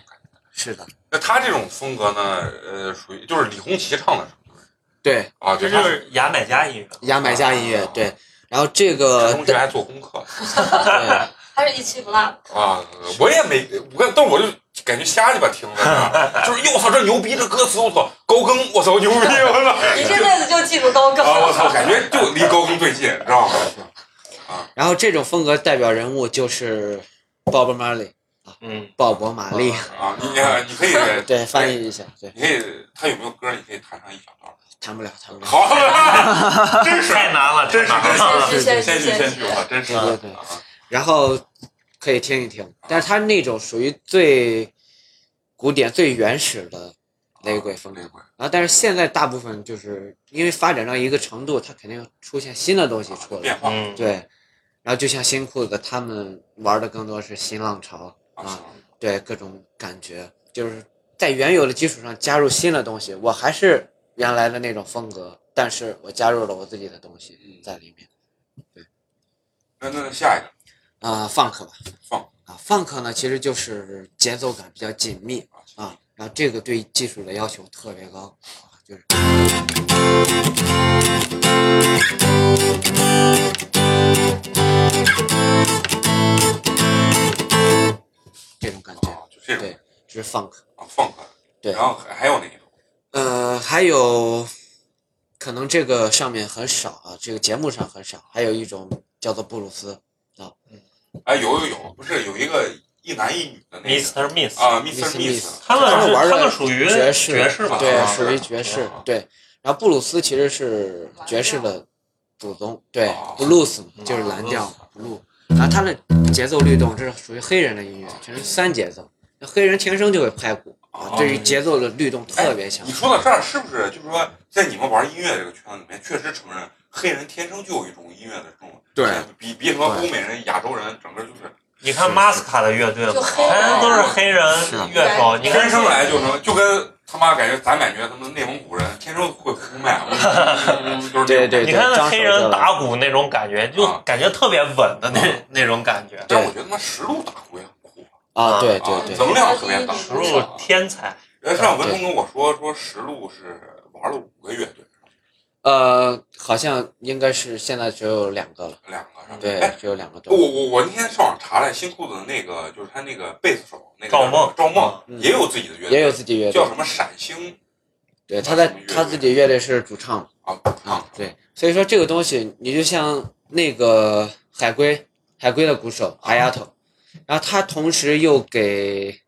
Speaker 5: 是的，
Speaker 1: 那他这种风格呢，呃，属于就是李红旗唱的是不是
Speaker 5: 对，
Speaker 1: 啊，
Speaker 3: 这
Speaker 1: 对，
Speaker 3: 就
Speaker 1: 他
Speaker 3: 是牙买加音乐。
Speaker 5: 牙买加音乐
Speaker 1: 啊
Speaker 5: 对，然后这
Speaker 1: 这
Speaker 5: 个
Speaker 1: 同学还做功课
Speaker 5: 对
Speaker 4: 他是一期不落。
Speaker 1: 啊，我也没，我但我就感觉瞎鸡巴听 的，就是哟我操这牛逼，这歌词我操高更，我操牛逼，我 操
Speaker 4: 你这辈子就记住高更。
Speaker 1: 啊，我操，感觉就离高更最近，知道吗？
Speaker 5: 然后这种风格代表人物就是 Bob Marley，
Speaker 3: 嗯，
Speaker 5: 鲍勃·马利，
Speaker 1: 啊，你你 可以，
Speaker 5: 对，翻译一下，对，
Speaker 1: 你可以，他有没有歌？你可以弹上一小 段。
Speaker 5: 谈不了，谈不了，
Speaker 1: 好 了，真是
Speaker 3: 嗯太难了，真是
Speaker 1: 真是
Speaker 4: 谦虚谦
Speaker 1: 谦虚
Speaker 4: 虚谦
Speaker 1: 谦
Speaker 4: 虚
Speaker 1: 虚，。我真是啊
Speaker 5: 对对对然后可以听一听，但是他那种属于最古典、最原始的雷鬼风格
Speaker 1: 雷。鬼
Speaker 5: 然后，但是现在大部分就是因为发展到一个程度，它肯定出现新的东西出
Speaker 1: 变
Speaker 5: 来，
Speaker 1: 化
Speaker 3: 嗯，
Speaker 5: 对。然后就像新裤子，他们玩的更多是新浪潮啊，对各种感觉，就是在原有的基础上加入新的东西。我还是原来的那种风格，但是我加入了我自己的东西在里面
Speaker 1: 那那下一个
Speaker 5: 啊、放克吧，
Speaker 1: Funk
Speaker 5: 啊放克呢，其实就是节奏感比较紧密啊，然后这个对技术的要求特别高啊，就是。这种感觉，
Speaker 1: 啊，就这种
Speaker 5: 对，这是 funk。
Speaker 1: 啊放开，
Speaker 5: 对
Speaker 1: 然后还还有哪一首？
Speaker 5: 呃，还有，可能这个上面很少啊，这个节目上很少。还有一种叫做布鲁斯
Speaker 1: 哎，有有有，不是有一个一男一女的那个
Speaker 3: ，Mr. Miss，
Speaker 1: 啊，Mr.
Speaker 5: Mr.
Speaker 1: Miss，
Speaker 3: 他们
Speaker 5: 他
Speaker 3: 是
Speaker 5: 们玩的
Speaker 3: 他们属于
Speaker 5: 爵
Speaker 3: 士
Speaker 5: 士，
Speaker 3: 吧？
Speaker 5: 对，
Speaker 1: 啊
Speaker 5: 属于爵士，对。然后布鲁斯其实是爵士的祖宗，对
Speaker 1: 哦
Speaker 5: ，blues 嘛就是蓝调 blue。然后它的节奏律动，这是属于黑人的音乐，全是三节奏。那黑人天生就会拍鼓啊，哎对于节奏的律动特别强
Speaker 1: 你。说到这儿，是不是就是说，在你们玩音乐这个圈子里面，确实承认黑人天生就有一种音乐的这种，
Speaker 5: 对，
Speaker 1: 比比什么欧美人、亚洲人，整个就是
Speaker 3: 你看马斯卡的乐队嘛，
Speaker 4: 就黑人
Speaker 3: 全都是黑
Speaker 5: 是
Speaker 3: 人乐手，你看
Speaker 1: 天生来就能，就跟他妈感觉咱感觉他们内蒙古人天生会呼麦，就是
Speaker 5: 对对
Speaker 3: 你
Speaker 5: 对，
Speaker 3: 看那
Speaker 5: 张
Speaker 3: 黑
Speaker 5: 手
Speaker 3: 人
Speaker 5: 就来。
Speaker 3: 打鼓那种感觉，就
Speaker 1: 啊
Speaker 3: 感觉特别稳的那那种感觉，
Speaker 1: 但是我觉得他妈石路打鼓也很酷
Speaker 5: 啊，对对
Speaker 1: 啊，
Speaker 5: 对，
Speaker 1: 能量特别大。
Speaker 4: 石
Speaker 3: 植入天才。
Speaker 1: 哎，上啊文东跟我说说石路是玩了五个乐队，
Speaker 5: 呃，好像应该是现在只有两个了，
Speaker 1: 两个是吧？
Speaker 5: 对
Speaker 1: 哎，，
Speaker 5: 只有两个
Speaker 1: 我
Speaker 5: 多。
Speaker 1: 我我那天上网查了，新裤子的那个就是他那个贝斯手那个
Speaker 3: 赵梦
Speaker 1: 赵梦
Speaker 5: 嗯
Speaker 1: 也有自己的乐队，
Speaker 5: 也有自己乐队
Speaker 1: 叫，什么闪星
Speaker 5: 对，他在他自己乐队是主唱，
Speaker 1: 啊
Speaker 5: 啊，对，所以说这个东西，你就像那个海龟，海龟的鼓手
Speaker 3: 啊
Speaker 5: 海丫头，然后他同时又给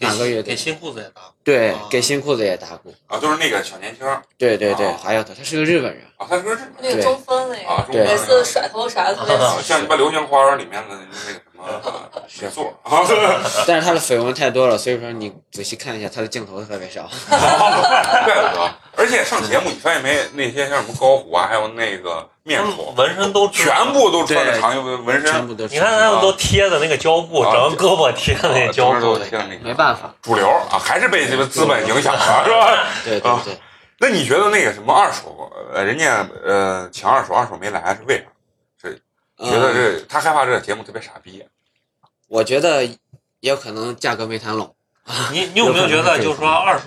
Speaker 5: 哪个乐
Speaker 3: 给
Speaker 5: 队？
Speaker 3: 新裤子也打鼓，
Speaker 5: 对
Speaker 3: 啊，
Speaker 5: 给新裤子也打鼓。
Speaker 1: 啊，就是那个小年轻儿
Speaker 5: 对对对，
Speaker 1: 啊
Speaker 5: 海丫头，他是个日本人。
Speaker 1: 啊，他是个日本
Speaker 4: 那
Speaker 1: 人
Speaker 4: 个中分那
Speaker 1: 啊，中
Speaker 4: 个，
Speaker 5: 对
Speaker 1: 国
Speaker 4: 每
Speaker 1: 人
Speaker 4: 次甩头啥的特别
Speaker 1: 啊
Speaker 4: 齐。
Speaker 1: 像什么《流星花园》里面的那个什么
Speaker 5: 嗯
Speaker 1: 呃水座啊，对，
Speaker 5: 但是他的绯闻太多了，所以说你仔细看一下，他的镜头特别少。
Speaker 1: 怪不得。而且上节目你发现没，那些像什么高虎啊，还有那个面孔，
Speaker 3: 纹身都知道
Speaker 1: 全。部都穿着
Speaker 5: 对
Speaker 1: 长袖纹身，
Speaker 5: 全部都
Speaker 3: 啊
Speaker 5: 是
Speaker 3: 你看他们都贴的那个胶布，
Speaker 1: 啊
Speaker 3: 整个胳膊贴的那
Speaker 1: 啊
Speaker 3: 胶
Speaker 1: 整个
Speaker 3: 布
Speaker 1: 都，贴那个
Speaker 5: 没办法，
Speaker 1: 主流啊，还是被这个资本影响 了，是吧？
Speaker 5: 对
Speaker 3: 啊
Speaker 5: 对对，
Speaker 1: 那你觉得那个什么二手，呃，人家呃抢二手，二手没来是为啥？觉得
Speaker 5: 嗯
Speaker 1: 这他害怕这个节目特别傻逼
Speaker 5: 我觉得也有可能价格没谈拢。
Speaker 3: 你你有没有觉得就是说二手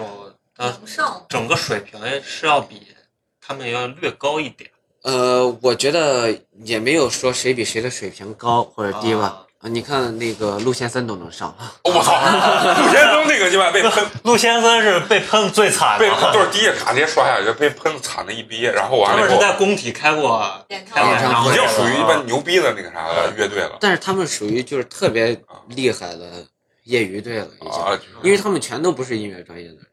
Speaker 4: 谈
Speaker 3: 的
Speaker 4: 不上，
Speaker 3: 整个水平是要比他们要略高一点？
Speaker 5: 呃，我觉得也没有说谁比谁的水平高或者低吧。
Speaker 3: 啊
Speaker 5: 啊，你看那个陆先生都能上，
Speaker 1: 哦我操，陆先生那个鸡巴被喷，
Speaker 3: 陆先生是被喷的最惨啊
Speaker 1: 被
Speaker 3: 的，
Speaker 1: 就是第一个卡直接刷下去，被喷惨的一逼。然后完
Speaker 3: 他
Speaker 1: 了
Speaker 3: 们
Speaker 1: 以
Speaker 3: 是
Speaker 1: 后，
Speaker 3: 在工体开过
Speaker 4: 演
Speaker 3: 开
Speaker 4: 唱
Speaker 3: 过
Speaker 1: 已
Speaker 3: 演唱会
Speaker 4: 会
Speaker 1: 经
Speaker 3: 的，啊
Speaker 1: 属于一般牛逼的那个啥了乐队了
Speaker 5: 但是他们属于就是特别厉害的业余队了，已经，
Speaker 1: 啊，
Speaker 5: 因为他们全都不是音乐专业的人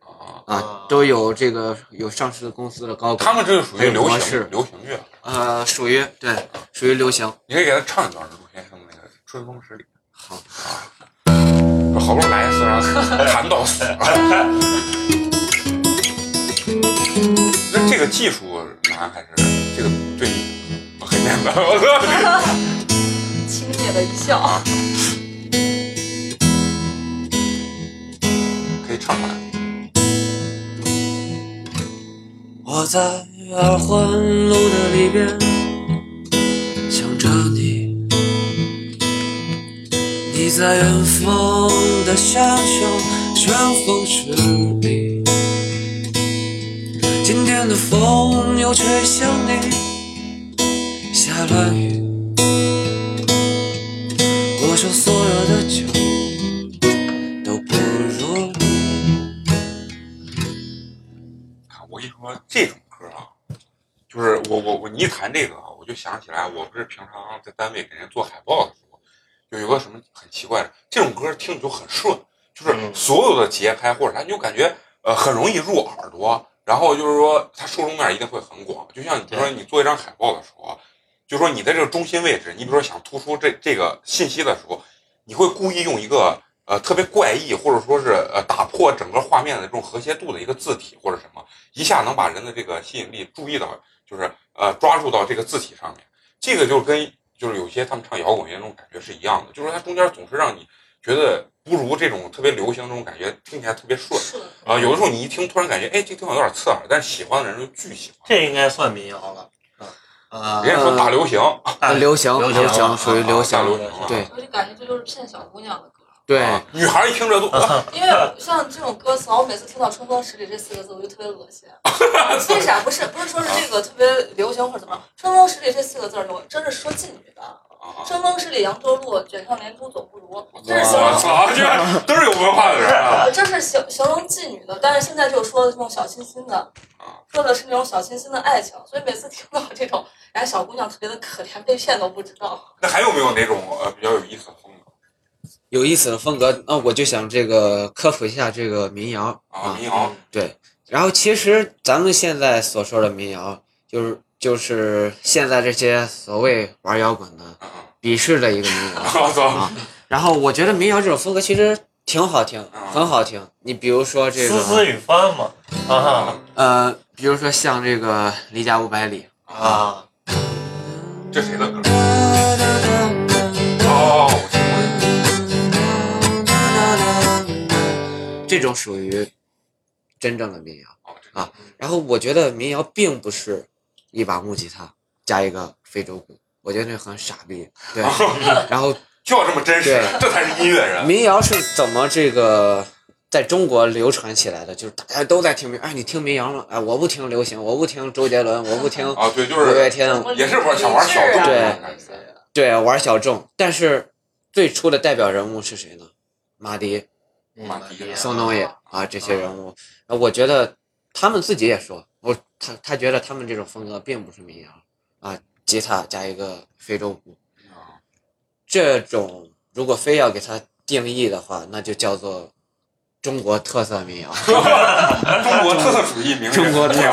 Speaker 1: 啊
Speaker 5: 啊，都有这个有上市公司的高管，
Speaker 1: 他们这就属于流
Speaker 5: 模式
Speaker 1: 行流行乐。
Speaker 5: 呃属于对属于流行，
Speaker 1: 你可以给他唱一段陆先生的那个《春风十里》。
Speaker 5: 好
Speaker 1: 啊，好不容易来一次，然后弹到死。那这个技术难还是这个对你很简单？ 我操！
Speaker 4: 轻蔑的一笑。
Speaker 1: 啊可以唱出来。
Speaker 6: 我在二环路的里边想着你，你在远方的山丘，旋风十里。今天天的风又吹向你，下了雨。我说所有的酒都不如你。
Speaker 1: 啊，我跟你说这种歌啊，就是我我我，你一谈这个啊，我就想起来，我不是平常在单位给人做海报的时候，就有个什么很奇怪的，这种歌听着就很顺，就是
Speaker 3: 嗯
Speaker 1: 所有的节拍或者啥，你就感觉呃很容易入耳朵，然后就是说它受众面一定会很广。就像你比如说你做一张海报的时候啊，就说你在这个中心位置，你比如说想突出这这个信息的时候，你会故意用一个呃特别怪异或者说是呃打破整个画面的这种和谐度的一个字体或者什么，一下能把人的这个吸引力注意到，就是呃抓住到这个字体上面。这个就跟就是有些他们唱摇滚乐那种感觉是一样的，就是它中间总是让你觉得不如这种特别流行的那种感觉听起来特别顺
Speaker 4: 是的，
Speaker 1: 啊、有的时候你一听突然感觉哎这地方有点刺耳，但是喜欢的人就巨喜欢。
Speaker 3: 这应该算民谣了。啊
Speaker 1: 人家说大流行，
Speaker 5: 啊，流行
Speaker 3: 流行
Speaker 5: 流行属于呃流
Speaker 1: 哎啊大流行
Speaker 5: 行，
Speaker 1: 啊，
Speaker 5: 对
Speaker 4: 我就感觉这就是骗小姑娘的歌。
Speaker 5: 对，
Speaker 1: 啊女孩一听这都啊
Speaker 4: 因为像这种歌词，我每次听到“春风十里”这四个字，我就特别 恶心。为啥？不是不是说是这个特别流行或者怎么样？“春风十里”这四个字儿，我真是说妓女的。
Speaker 1: 啊
Speaker 4: 春风十里扬州路，卷上帘珠总不如。这是形
Speaker 1: 我
Speaker 4: 容，
Speaker 1: 操，这都是有文化的人啊！
Speaker 4: 呃这是形形容妓女的，但是现在就说的这种小清新的，
Speaker 1: 嗯
Speaker 4: 说的是那种小清新的爱情。所以每次听到这种，人家小姑娘特别的可怜，被骗都不知道。
Speaker 1: 那还有没有哪种呃比较有意思的风格
Speaker 5: 有意思的风格。那我就想这个科普一下这个民谣
Speaker 1: 啊？
Speaker 5: 啊
Speaker 1: 民，谣
Speaker 5: 对。然后其实咱们现在所说的民谣，就是就是现在这些所谓玩摇滚的
Speaker 1: 啊，
Speaker 5: 鄙视的一个民谣。
Speaker 1: 我操，
Speaker 5: 啊然后我觉得民谣这种风格其实挺好听，
Speaker 1: 嗯
Speaker 5: 很好听。你比如说这
Speaker 3: 丝丝
Speaker 5: 个，
Speaker 3: 雨帆嘛，啊
Speaker 5: 呃，比如说像这个《离家五百里》，
Speaker 3: 啊，
Speaker 1: 这谁的歌？哦，我听过。
Speaker 5: 这种属于真正的民谣。
Speaker 1: 哦，这
Speaker 5: 啊然后我觉得民谣并不是一把木吉他加一个非洲鼓，我觉得那很傻逼。对，然后
Speaker 1: 就要这么真实
Speaker 5: 对，
Speaker 1: 这才是音乐人。
Speaker 5: 民谣是怎么这个在中国流传起来的？就是大家都在听民，哎，你听民谣吗？哎，我不听流行，我不听周杰伦，我不听
Speaker 1: 啊，对，就
Speaker 5: 五月
Speaker 1: 是
Speaker 5: 天，
Speaker 1: 也是玩想玩小众
Speaker 5: 对
Speaker 1: 的感觉
Speaker 4: 啊
Speaker 5: 对，玩小众。但是最初的代表人物是谁呢？马迪、
Speaker 1: 马迪
Speaker 5: 宋冬野啊，这些人物，啊我觉得他们自己也说，我他他觉得他们这种风格并不是民谣啊，吉他加一个非洲鼓，
Speaker 1: 啊
Speaker 5: 这种如果非要给它定义的话，那就叫做中国特色民谣。
Speaker 1: 中国特色主义名人
Speaker 5: 中国特
Speaker 1: 民谣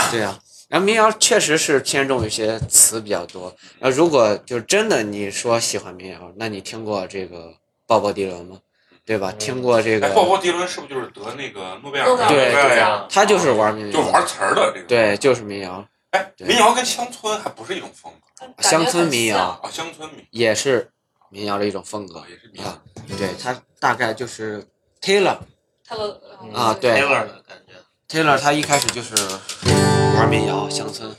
Speaker 5: 色，对啊。然后民谣确实是偏重于一些词比较多。然后如果就真的你说喜欢民谣，那你听过这个鲍勃迪伦吗？对吧？听过这
Speaker 1: 哎，鲍
Speaker 5: 个，
Speaker 1: 勃迪伦是不是就是得那个诺贝尔奖？
Speaker 4: 诺贝
Speaker 5: 尔
Speaker 1: 啊对
Speaker 3: 奖
Speaker 1: 呀，
Speaker 5: 他就是玩民
Speaker 1: 就
Speaker 5: 谣，
Speaker 1: 玩词儿的这个。
Speaker 5: 对，就是民谣，
Speaker 1: 哎，
Speaker 5: 对
Speaker 1: 民谣跟乡村还不是一种风格
Speaker 5: 乡村民谣
Speaker 1: 啊，乡村民
Speaker 5: 也是民谣的一种风格
Speaker 1: 谣也是民谣
Speaker 5: 啊。。对，他大概就是 Taylor
Speaker 4: 他的呃
Speaker 5: 啊，对
Speaker 3: 嗯 Taylor 的感觉，
Speaker 5: Taylor 他一开始就是玩民谣乡村。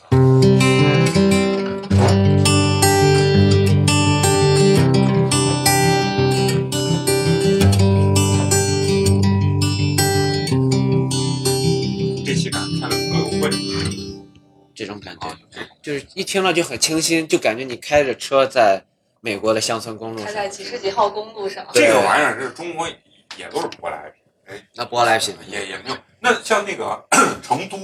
Speaker 1: 这期感觉看了各有问题
Speaker 5: 这种感觉
Speaker 3: 哦
Speaker 1: 啊，，有这种
Speaker 5: 就是一听了就很清新，就感觉你开着车在美国的乡村公路
Speaker 4: 开
Speaker 5: 上。
Speaker 4: 在几十几号公路上。
Speaker 5: 对
Speaker 1: 这个玩意儿是中国也都是舶来品，
Speaker 5: 那舶来品
Speaker 1: 也也没有。那像那个 成都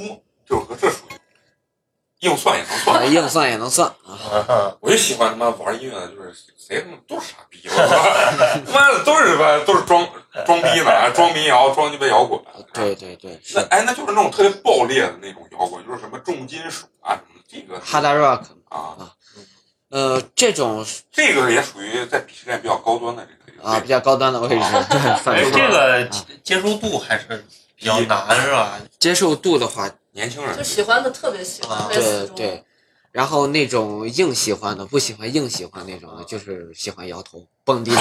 Speaker 1: 这首歌，这属于硬算也能算
Speaker 5: 啊，。硬算也能算啊。
Speaker 3: 啊
Speaker 1: 我就喜欢他妈玩音乐的，就是谁他妈都是傻逼，我操他妈的都是他妈都是装装逼呢，装民谣，装鸡巴摇滚。
Speaker 5: 对对对，是
Speaker 1: 那哎，那就是那种特别爆裂的那种摇滚，就是什么重金属啊什么的，这个是
Speaker 5: hard rock。
Speaker 1: 啊，
Speaker 5: 呃，这种
Speaker 1: 这个也属于在鄙视链比较高端的这个这个
Speaker 5: 啊
Speaker 1: 对
Speaker 5: 比较高端的位置， 对，反
Speaker 3: 哎，
Speaker 5: 正
Speaker 3: 这个接接受度还是比较难，是吧？
Speaker 5: 接受度的话，
Speaker 1: 年轻人
Speaker 4: 就喜欢的特别喜欢，特别
Speaker 5: 啊对
Speaker 4: 死忠。
Speaker 5: 对。然后那种硬喜欢的，不喜欢硬喜欢那种的，就是喜欢摇头蹦迪的，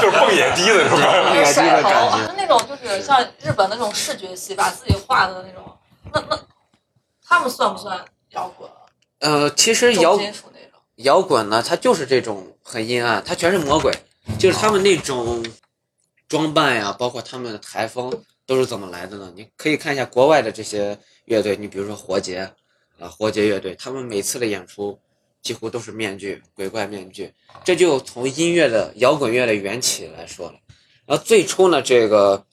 Speaker 1: 就是蹦野迪的是吧？
Speaker 5: 蹦野迪的感觉。
Speaker 4: 就啊那种就是像日本那种视觉系，把自己画的那种，那那他们算不算摇滚？
Speaker 5: 呃，其实摇
Speaker 4: 重金属那种，
Speaker 5: 摇滚呢，它就是这种很阴暗，它全是魔鬼，就是他们那种装扮呀，包括他们的台风，都是怎么来的呢？你可以看一下国外的这些乐队，你比如说活结啊，活结乐队，他们每次的演出几乎都是面具、鬼怪面具，这就从音乐的摇滚乐的缘起来说了。然后最初呢，这个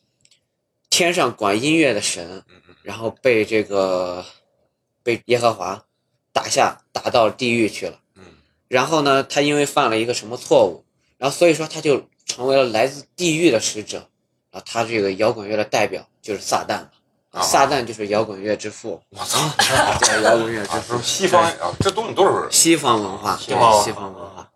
Speaker 5: 天上管音乐的神，然后被这个被耶和华打下，打到地狱去了。然后呢，他因为犯了一个什么错误，然后所以说他就成为了来自地狱的使者，然后他这个摇滚乐的代表就是撒旦嘛，
Speaker 1: 啊
Speaker 5: 撒旦就是摇滚乐之父，
Speaker 1: 我操！
Speaker 5: 对，摇滚乐之
Speaker 1: 啊，
Speaker 5: 父
Speaker 1: 是，西方啊，这东西都是
Speaker 5: 西方文化，
Speaker 1: 西
Speaker 5: 对
Speaker 1: 方文化，
Speaker 5: 西方文化，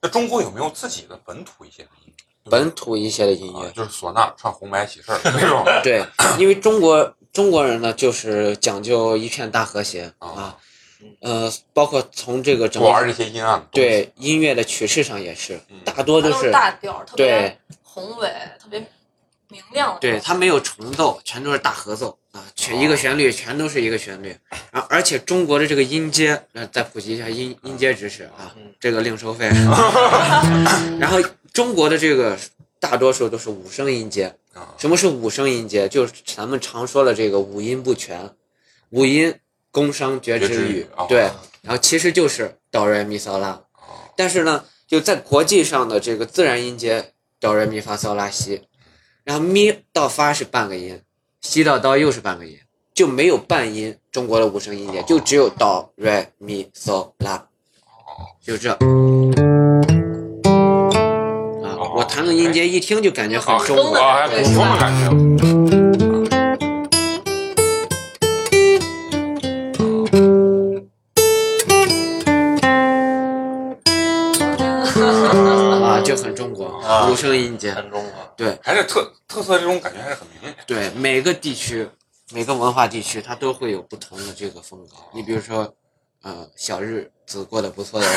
Speaker 1: 那中国有没有自己的本土一些的音乐？
Speaker 5: 本土一些的音
Speaker 1: 啊
Speaker 5: 乐，，
Speaker 1: 就是唢呐唱红白喜事儿那种
Speaker 5: 对，因为中国中国人呢，就是讲究一片大和谐
Speaker 1: 啊
Speaker 5: 啊，呃，包括从这个整
Speaker 1: 不玩
Speaker 5: 个
Speaker 1: 这些阴暗的东西。
Speaker 5: 对音乐的曲式上也是
Speaker 1: 嗯，
Speaker 5: 大
Speaker 4: 它
Speaker 5: 多都
Speaker 4: 都
Speaker 5: 是
Speaker 4: 是大调，特
Speaker 5: 对
Speaker 4: 别。宏伟，特别明亮的。
Speaker 5: 对，它没有重奏，全都是大合奏啊，全一个旋律，全都是一个旋律。啊，而且中国的这个音阶，呃，再普及一下音音阶知识啊，这个另收 费。然后中国的这个大多数都是五声音阶
Speaker 1: 啊。
Speaker 5: 什么是五声音阶？就是咱们常说的这个五音不全，五音宫商角
Speaker 1: 角
Speaker 5: 徵
Speaker 1: 徵
Speaker 5: 羽
Speaker 1: 羽啊，
Speaker 5: 对，然后其实就是哆来咪嗦拉。
Speaker 1: 啊，
Speaker 5: 但是呢，就在国际上的这个自然音阶哆来咪发嗦拉西，然后咪到发是半个音，西到哆又是半个音，就没有半音。中国的五声音阶就只有哆来咪嗦拉，就这。啊，我弹的音阶一听就感觉很
Speaker 1: 啊，
Speaker 5: 哦中
Speaker 4: 中
Speaker 5: 国
Speaker 4: 国
Speaker 1: 啊，还古风的感觉。
Speaker 5: 啊，就很中国
Speaker 3: 啊
Speaker 5: 五声音阶。
Speaker 3: 很啊中国，
Speaker 1: 还是特特色这种感觉还是很明显。
Speaker 5: 对每个地区、每个文化地区，它都会有不同的这个风格。
Speaker 3: 哦
Speaker 5: 你比如说，呃，小日子过得不 错的人，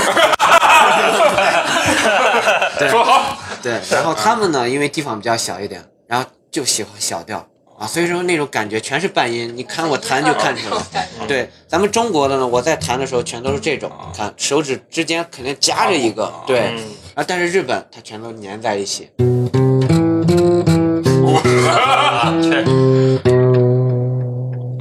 Speaker 5: 对
Speaker 1: 说好，
Speaker 5: 对，然后他们呢，因为地方比较小一点，然后就喜欢小调啊，所以说那种感觉全是半音，你看我弹就看
Speaker 3: 哦
Speaker 5: 出来。嗯对，咱们中国的呢，我在弹的时候全都是这种，看手指之间肯定夹着一个，对，
Speaker 3: 哦嗯，
Speaker 5: 啊，但是日本它全都粘在一起，
Speaker 3: 啊，确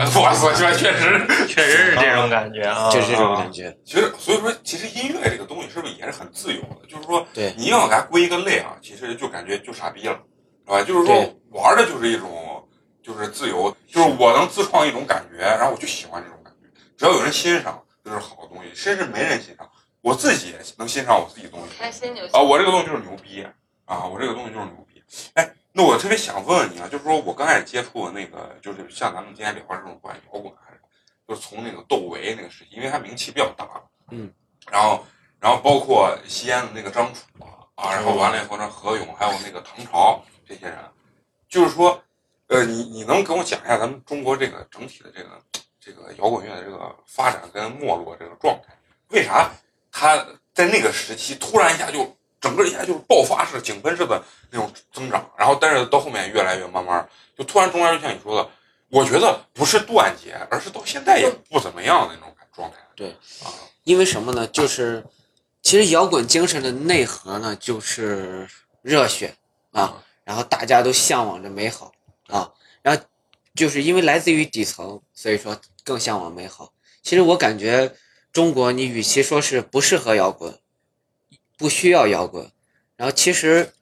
Speaker 1: 哎我操，现在确实，
Speaker 3: 确实是这种感觉啊，
Speaker 5: 就是这种感觉。
Speaker 1: 其实所以说，其实音乐这个东西是不是也是很自由的？就是说，
Speaker 5: 对
Speaker 1: 你要给它归一个类啊，其实就感觉就傻逼了，是吧？就是说
Speaker 5: 对
Speaker 1: 玩的就是一种，就是自由，就是我能自创一种感觉，然后我就喜欢这种感觉，只要有人欣赏，这就是好东西，甚至没人欣赏，我自己也能欣赏我自己的东西。
Speaker 4: 开心就
Speaker 1: 啊，
Speaker 4: 行。
Speaker 1: 我这个东西就是牛逼啊，我这个东西就是牛逼。哎，那我特别想问问你啊，就是说我刚开始接触的那个，就是像咱们今天聊的这种不管摇滚还是，就是从那个窦唯那个时期，因为他名气比较大，
Speaker 5: 嗯，
Speaker 1: 然后然后包括西安的那个张楚啊，啊然后完了以后呢，何勇还有那个唐朝这些人，就是说，呃，你你能给我讲一下咱们中国这个整体的这个这个摇滚乐的这个发展跟没落这个状态？为啥它在那个时期突然一下就整个一下就是爆发式、井喷式的那种增长，然后但是到后面越来越慢慢，就突然中间就像你说的，我觉得不是断节，而是到现在
Speaker 5: 嗯
Speaker 1: 也不怎么样的那种状态。
Speaker 5: 因为什么呢？就是其实摇滚精神的内核呢，就是热血啊，然后大家都向往着美好啊，然后就是因为来自于底层，所以说更向往美好。其实我感觉中国，你与其说是不适合摇滚，不需要摇滚，然后其实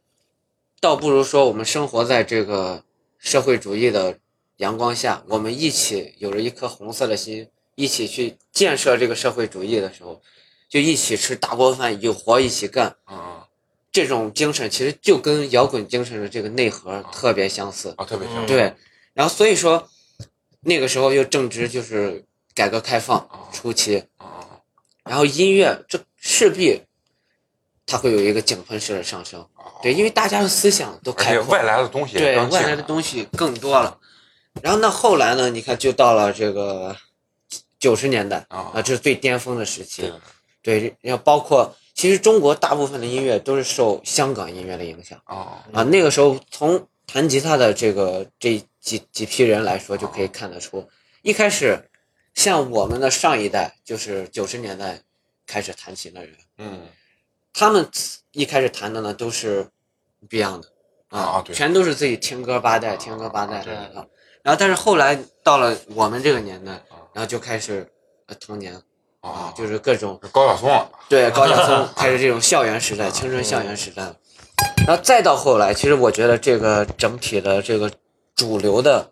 Speaker 5: 倒不如说我们生活在这个社会主义的阳光下，我们一起有着一颗红色的心，一起去建设这个社会主义的时候，就一起吃大锅饭，有活一起干。
Speaker 1: 嗯
Speaker 5: 这种精神其实就跟摇滚精神的这个内核特别相似。
Speaker 1: 啊，特别像
Speaker 3: 嗯
Speaker 5: 对，然后所以说那个时候又正值就是改革开放初期，
Speaker 1: 啊
Speaker 5: 然后音乐这势必它会有一个井喷式的上升。
Speaker 1: 啊，
Speaker 5: 对，因为大家的思想都
Speaker 1: 而
Speaker 5: 开
Speaker 1: 且
Speaker 5: 阔
Speaker 1: 外，来的东西也
Speaker 5: 对
Speaker 1: 刚进
Speaker 5: 外来的东西更多了。然后那后来呢？你看，就到了这个九十年代
Speaker 1: 啊
Speaker 5: 这是最巅峰的时期
Speaker 1: 对。
Speaker 5: 对，要包括其实中国大部分的音乐都是受香港音乐的影响
Speaker 1: 啊
Speaker 5: 啊。那个时候，从弹吉他的这个这几几批人来说，就可以看得出，一开始像我们的上一代，就是九十年代开始弹琴的人，
Speaker 1: 嗯
Speaker 5: 他们一开始弹的呢都是 Beyond，
Speaker 1: 啊对
Speaker 5: 全都是自己听歌八代，听歌八代
Speaker 1: 对
Speaker 5: 啊。然后，但是后来到了我们这个年代
Speaker 1: 啊，
Speaker 5: 然后就开始呃童年啊
Speaker 1: 啊，，
Speaker 5: 就是是各种
Speaker 1: 高晓松啊，
Speaker 5: 对高晓 松开始这种校园时代、青春校园时代了。然后再到后来，其实我觉得这个整体的这个主流的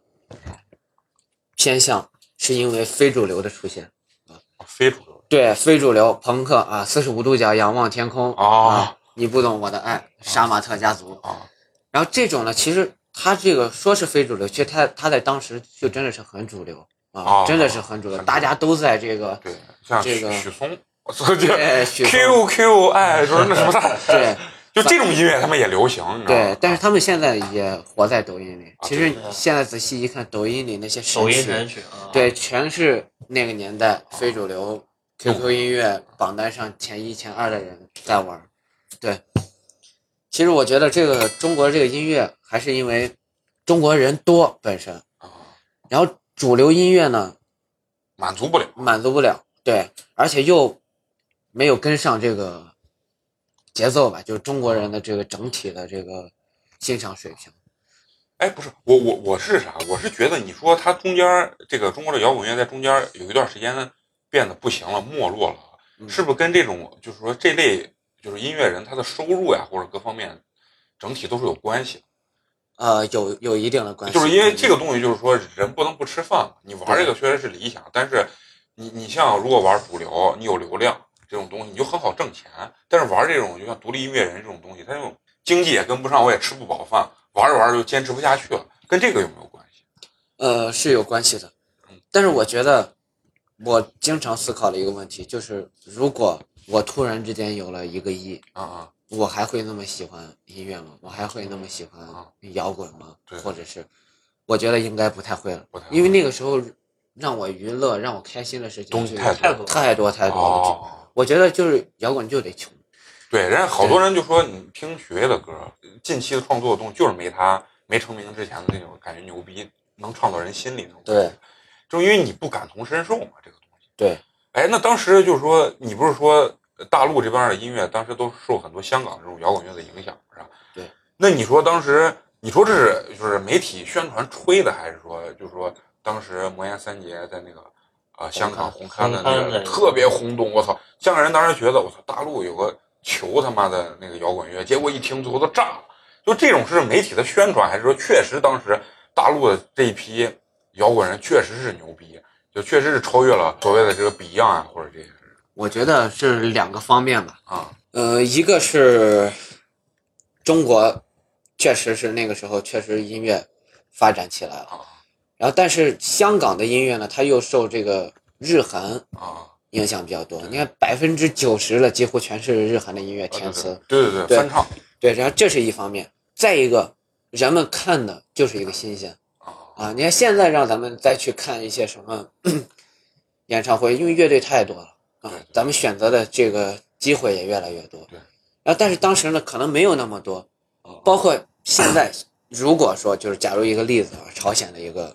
Speaker 5: 偏向，是因为非主流的出现。啊
Speaker 1: 哦非主流
Speaker 5: 对，非主流朋克啊，四十五度角仰望天空、
Speaker 1: 哦
Speaker 5: 啊，你不懂我的爱，杀马特家族。
Speaker 1: 啊，
Speaker 5: 然后这种呢，其实它这个说是非主流，其实它它在当时就真的是很主流啊，
Speaker 1: 哦
Speaker 5: 真的是很主流，
Speaker 1: 很主流
Speaker 5: 大家都在这个
Speaker 1: 对，像许
Speaker 5: 这个
Speaker 1: 许嵩，我操，就
Speaker 5: 对许嵩
Speaker 1: Q Q 哎，就是那什么 的，
Speaker 5: 对
Speaker 1: 就这种音乐他们也流行，你知道吗
Speaker 5: 对，但是他们现在也活在抖音里。其实
Speaker 3: 啊对
Speaker 5: 现在仔细一看，抖音里那些神
Speaker 3: 抖音
Speaker 5: 曲
Speaker 3: 神曲啊，
Speaker 5: 对，全是那个年代非主流 QQ 音乐榜单上前一、前二的人在玩儿。对，其实我觉得这个中国这个音乐还是因为中国人多本身，
Speaker 1: 啊
Speaker 5: 然后主流音乐呢
Speaker 1: 满足不了，
Speaker 5: 满足不了，对，而且又没有跟上这个节奏吧，就是中国人的这个整体的这个欣赏水平。
Speaker 1: 哎，不是，我我我是啥？我是觉得你说它中间儿这个中国的摇滚乐在中间儿有一段时间变得不行了，没落了，
Speaker 5: 嗯
Speaker 1: 是不是跟这种就是说这类就是音乐人他的收入呀或者各方面整体都是有关系
Speaker 5: 呃，有有一定的关
Speaker 1: 的？嗯
Speaker 5: 系，
Speaker 1: 就是因为这个东西，就是说人不能不吃饭嘛。你玩
Speaker 5: 对
Speaker 1: 这个虽然是理想，但是你你像如果玩主流，你有流量这种东西，你就很好挣钱。但是玩这种就像独立音乐人这种东西，他这种经济也跟不上，我也吃不饱饭，玩着玩着就坚持不下去了，跟这个有没有关系？
Speaker 5: 呃，是有关系的。但是我觉得，我经常思考的一个问题就是，如果我突然之间有了一个亿，
Speaker 1: 啊啊。
Speaker 5: 我还会那么喜欢音乐吗？我还会那么喜欢
Speaker 1: 啊
Speaker 5: 摇滚吗
Speaker 1: 对？
Speaker 5: 或者是，我觉得应该不太会了
Speaker 1: 不太，会
Speaker 5: 因为那个时候让我娱乐、让我开心的事情
Speaker 1: 东西
Speaker 5: 就
Speaker 1: 太
Speaker 3: 太多了
Speaker 5: 太多太多了。就
Speaker 1: 哦，
Speaker 5: 我觉得就是摇滚就得穷，
Speaker 1: 对，人家好多人就说你听许巍的歌，近期的创作的东西就是没他没成名之前的那种感觉牛逼，能唱到人心里那种。
Speaker 5: 对，
Speaker 1: 就因为你不感同身受嘛，这个东西。
Speaker 5: 对，
Speaker 1: 哎，那当时就是说，你不是说呃大陆这边的音乐当时都受很多香港这种摇滚乐的影响，是吧？
Speaker 5: 对。
Speaker 1: 那你说当时，你说这是就是媒体宣传吹的，还是说就是说当时魔岩三杰在那个啊、呃香港红磡的那
Speaker 3: 红
Speaker 1: 个
Speaker 3: 磡的
Speaker 1: 特别轰动，我操！香港人当时觉得我操，大陆有个球他妈的那个摇滚乐，结果一听最后都炸了。就这种是媒体的宣传，还是说确实当时大陆的这一批摇滚人确实是牛逼，就确实是超越了所谓的这个 Beyond 啊，或者这些人
Speaker 5: 我觉得是两个方面吧。
Speaker 1: 啊
Speaker 5: 呃，一个是中国，确实是那个时候确实音乐发展起来了，
Speaker 1: 啊
Speaker 5: 然后但是香港的音乐呢，它又受这个日韩
Speaker 1: 啊！
Speaker 5: 影响比较多。你看百分之九十了，几乎全是日韩的音乐填词。
Speaker 1: 对对对，
Speaker 5: 对
Speaker 1: 翻唱
Speaker 5: 对，然后这是一方面，再一个，人们看的就是一个新鲜
Speaker 1: 啊
Speaker 5: 啊。你看现在让咱们再去看一些什么 演唱会，因为乐队太多了
Speaker 1: 对
Speaker 5: 啊
Speaker 1: 对，
Speaker 5: 咱们选择的这个机会也越来越多。
Speaker 1: 对，哦
Speaker 5: 然后但是当时呢，可能没有那么多，包括现在，如果说就是假如一个例子啊，朝鲜的一个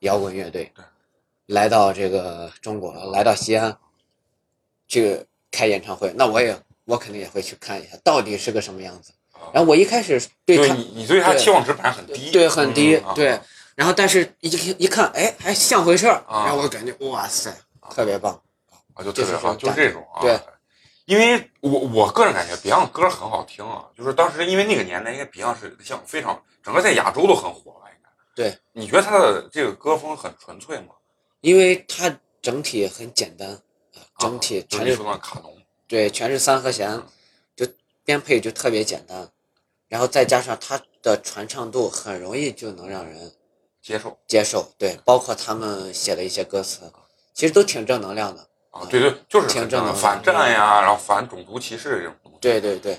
Speaker 5: 摇滚乐队
Speaker 1: 对，
Speaker 5: 来到这个中国，来到西安，去开演唱会，那我也我肯定也会去看一下，到底是个什么样子。然后我一开始对
Speaker 1: 哦就是
Speaker 5: 他
Speaker 1: 你你对他
Speaker 5: 对
Speaker 1: 期望值本来很低，
Speaker 5: 对很低
Speaker 1: 嗯啊，
Speaker 5: 对，然后但是一一看，哎，还像回事儿，
Speaker 1: 啊
Speaker 5: 然后我感觉哇塞，特别棒。
Speaker 1: 啊，就特别好，
Speaker 5: 就
Speaker 1: 就是这
Speaker 5: 这种感觉
Speaker 1: 种啊。
Speaker 5: 对，
Speaker 1: 因为我我个人感觉 Beyond 歌很好听啊，就是当时因为那个年代，应该 Beyond 是像非常整个在亚洲都很火吧，应该。
Speaker 5: 对，
Speaker 1: 你觉得他的这个歌风很纯粹吗？
Speaker 5: 因为它整体很简单，啊整体
Speaker 1: 就是
Speaker 5: 全
Speaker 1: 你
Speaker 5: 是
Speaker 1: 说的嗯卡农
Speaker 5: 对，全是三和弦，就编配就特别简单，然后再加上它的传唱度，很容易就能让人
Speaker 1: 接受
Speaker 5: 接受。对，包括他们写的一些歌词，其实都挺正能量的。
Speaker 1: 啊，对对，就是
Speaker 5: 挺
Speaker 1: 很
Speaker 5: 正
Speaker 1: 的
Speaker 5: 能
Speaker 1: 反
Speaker 5: 量的
Speaker 1: 战呀，然后反种族歧视这种东西
Speaker 5: 对对对，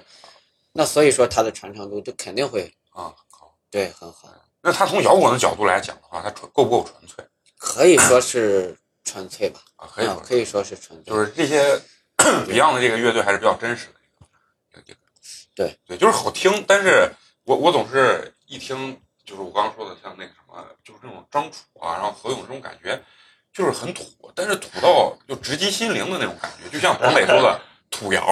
Speaker 5: 那所以说它的传唱度就肯定会
Speaker 1: 啊。好，
Speaker 5: 对很好，
Speaker 1: 那他从摇滚的角度来讲的话，他纯够不够纯粹
Speaker 5: 可以说是纯粹吧，
Speaker 1: 啊？可以
Speaker 5: 啊
Speaker 1: 说，
Speaker 5: 可以说是纯粹
Speaker 1: 就。是这些 Beyond 的这个乐队还是比较真实的一个一个
Speaker 5: 对
Speaker 1: 对，就是好听，但是我我总是一听就是我刚刚说的像那个什么，就是那种张楚啊，然后何勇这种感觉，就是很土，但是土到就直击心灵的 那种感觉，就像黄磊说的土窑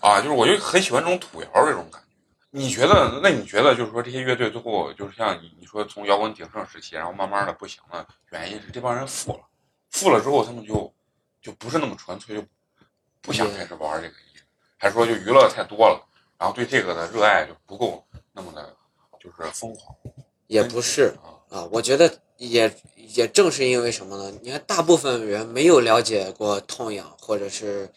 Speaker 1: 啊，就是我就很喜欢这种土窑这种感觉。你觉得？那你觉得就是说，这些乐队最后就是像你你说从摇滚鼎盛时期，然后慢慢的不行了，原因是这帮人富了，富了之后他们就就不是那么纯粹，就不想开始玩这个音乐，还是说就娱乐太多了，然后对这个的热爱就不够那么的，就是疯狂
Speaker 5: 也不是
Speaker 1: 啊。
Speaker 5: 啊，我觉得也也正是因为什么呢？你看，大部分人没有了解过痛痒，或者是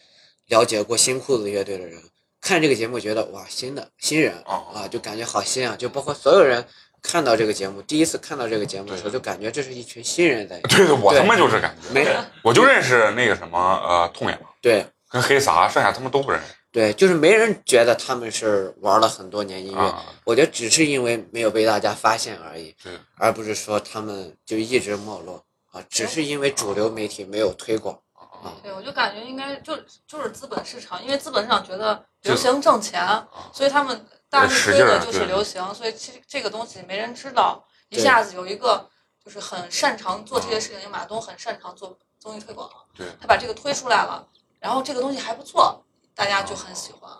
Speaker 5: 了解过新裤子乐队的人，看这个节目觉得哇，新的新人
Speaker 1: 哦
Speaker 5: 啊，就感觉好新啊！就包括所有人看到这个节目，第一次看到这个节目的时候，
Speaker 1: 对
Speaker 5: 就感觉这是一群新人在
Speaker 1: 对对，我他妈就是感觉，
Speaker 5: 没
Speaker 1: 我就认识那个什么呃痛痒
Speaker 5: 对
Speaker 1: 跟黑撒，剩下他们都不认识
Speaker 5: 对，就是没人觉得他们是玩了很多年音乐，
Speaker 1: 啊。
Speaker 5: 我觉得只是因为没有被大家发现而已
Speaker 1: 对，
Speaker 5: 而不是说他们就一直没落啊，只是因为主流媒体没有推广。
Speaker 1: 啊
Speaker 4: 对，我就感觉应该就就是资本市场，因为资本市场觉得流行挣钱，所以他们大力推的就是流行，所以其实这个东西没人知道，一
Speaker 5: 对
Speaker 4: 下子有一个就是很擅长做这些事情，因为马东很擅长做综艺推广，
Speaker 1: 对
Speaker 4: 他把这个推出来了，然后这个东西还不错，大家就很喜欢。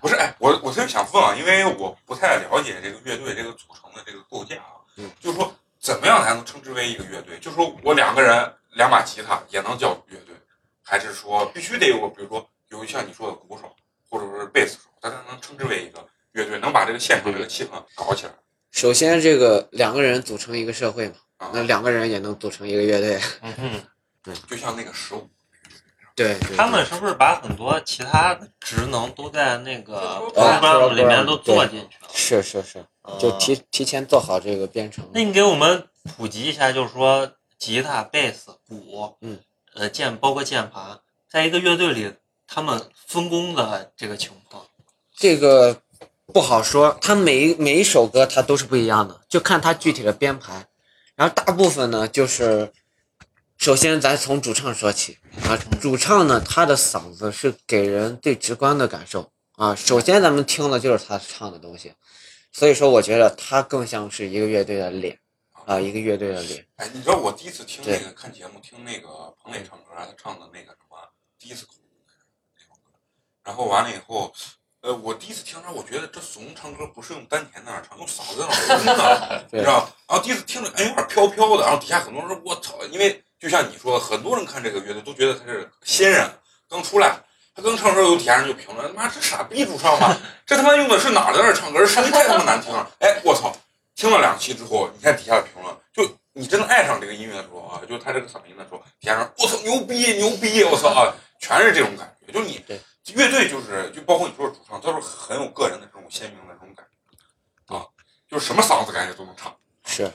Speaker 1: 不是，哎，我我特别想问啊，因为我不太了解这个乐队这个组成的这个构架啊，
Speaker 5: 嗯
Speaker 1: 就是说怎么样才能称之为一个乐队？就是说我两个人两把吉他也能叫乐队，还是说必须得有个，比如说有像你说的鼓手或者说是贝斯手，他才能称之为一个乐队，能把这个现场这个气氛搞起来
Speaker 5: 首先，这个两个人组成一个社会嘛，
Speaker 1: 啊？
Speaker 5: 那两个人也能组成一个乐队。
Speaker 3: 嗯哼，
Speaker 1: 就像那个十五，
Speaker 5: 对，对
Speaker 3: 他们是不是把很多其他的职能都在那个
Speaker 5: 呃
Speaker 3: program 里面
Speaker 5: program，
Speaker 3: 都做进去了？
Speaker 5: 是是是，
Speaker 3: 啊
Speaker 5: 就提提前做好这个编程。
Speaker 3: 那你给我们普及一下，就是说吉他、贝斯、鼓，
Speaker 5: 嗯，
Speaker 3: 呃，键包括键盘，在一个乐队里，他们分工的这个情况。
Speaker 5: 这个不好说，它每一每一首歌它都是不一样的，就看它具体的编排。然后大部分呢，就是首先咱从主唱说起啊，主唱呢他的嗓子是给人最直观的感受啊，首先咱们听的就是他唱的东西，所以说我觉得他更像是一个乐队的脸啊，一个乐队的脸。
Speaker 1: 哎，你知道我第一次听那
Speaker 5: 对
Speaker 1: 个看节目听那个彭磊唱歌，他唱的那个什么《第一次恐惧》那首歌，然后完了以后，呃，我第一次听着，我觉得这怂唱歌不是用丹田那样唱，用嗓子那样哼的，你
Speaker 5: 对
Speaker 1: 知道吗？然后第一次听着，哎，有点飘飘的，然后底下很多人说：“我操！”因为就像你说的，很多人看这个乐队都觉得他是新人，刚出来。他刚唱歌，有底下人就评论：“妈，这傻逼主唱吧， 这他妈用的是哪儿在那儿唱歌？声音太他妈难听了！”哎，我操！听了两期之后，你看底下的评论，就你真的爱上这个音乐的时候啊，就他这个嗓音的时候，底下人我操牛逼牛逼，我操啊，全是这种感觉。就你
Speaker 5: 对
Speaker 1: 乐队就是就包括你说的主唱，他是很有个人的这种鲜明的这种感觉啊，就是什么嗓子感觉都能唱。
Speaker 5: 是，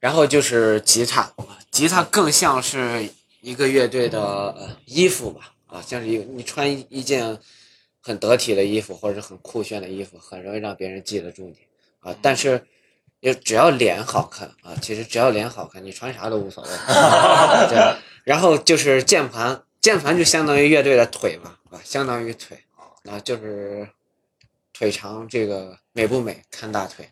Speaker 5: 然后就是吉他，吉他更像是一个乐队的呃衣服吧，啊，像是一个你穿一一件很得体的衣服或者是很酷炫的衣服，很容易让别人记得住你啊。但是也只要脸好看啊，其实只要脸好看，你穿啥都无所谓。对，然后就是键盘，键盘就相当于乐队的腿嘛，啊，相当于腿啊，就是腿长这个美不美看大腿。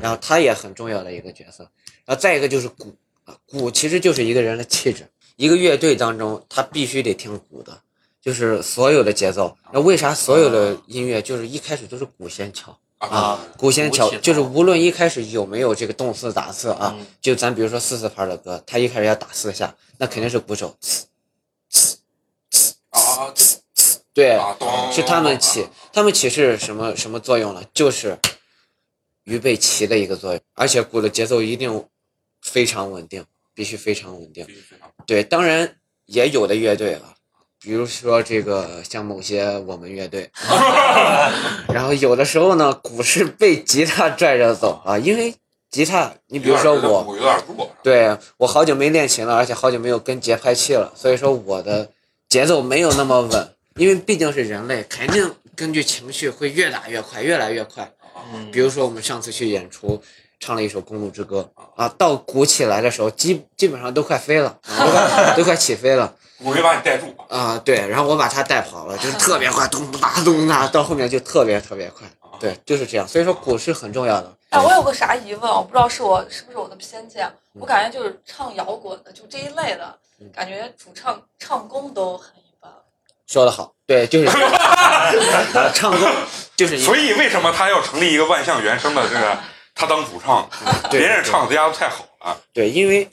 Speaker 5: 然后他也很重要的一个角色。然后再一个就是鼓啊，鼓其实就是一个人的气质。一个乐队当中，他必须得听鼓的，就是所有的节奏。那为啥所有的音乐就是一开始都是鼓先敲啊？鼓先敲
Speaker 3: 鼓起，头
Speaker 5: 就是无论一开始有没有这个动次打次啊，
Speaker 3: 嗯
Speaker 5: 就咱比如说四四拍的歌，他一开始要打四下，那肯定是鼓手
Speaker 1: 啊啊
Speaker 5: 对
Speaker 1: 啊咚
Speaker 5: 是他们起，他们起是什么什么作用呢？就是预备棋的一个作用，而且鼓的节奏一定非常稳定，必须非常稳定。
Speaker 1: 必须非常
Speaker 5: 对，当然也有的乐队啊，比如说这个像某些我们乐队，然后有的时候呢，鼓是被吉他拽着走啊，因为吉他，你比如说
Speaker 1: 有点
Speaker 5: 我，
Speaker 1: 有点弱，
Speaker 5: 对我好久没练琴了，而且好久没有跟节拍器了，所以说我的节奏没有那么稳，因为毕竟是人类，肯定根据情绪会越打越快，越来越快。
Speaker 3: 嗯
Speaker 5: 比如说我们上次去演出，唱了一首《公路之歌》啊，到鼓起来的时候，基基本上都快飞了，啊都快都快起飞了
Speaker 1: 我没把你带住吧？
Speaker 5: 啊。对，然后我把它带跑了，就是特别快，咚哒咚哒，到后面就特别特别快。
Speaker 1: 哦
Speaker 5: 对，就是这样。所以说鼓是很重要的。
Speaker 4: 哎，我有个啥疑问，我不知道是我是不是我的偏见，我感觉就是唱摇滚的，就这一类的，感觉主唱唱功都很一般。
Speaker 5: 说的好，对，就 是这样啊唱歌就是一
Speaker 1: 所以为什么他要成立一个万象原声的这个，他当主唱，
Speaker 5: 对
Speaker 1: 别人唱的家太好了，
Speaker 5: 对，因为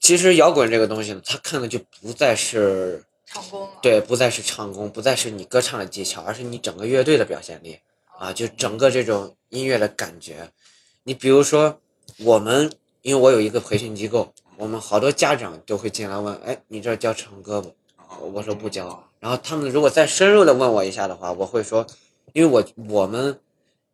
Speaker 5: 其实摇滚这个东西呢，它看的就不再是
Speaker 4: 成功啊了。
Speaker 5: 对，不再是唱功，不再是你歌唱的技巧，而是你整个乐队的表现力啊，就整个这种音乐的感觉。你比如说，我们因为我有一个培训机构，我们好多家长都会进来问，哎，你这儿教唱歌不？我我说不教。然后他们如果再深入的问我一下的话，我会说，因为我我们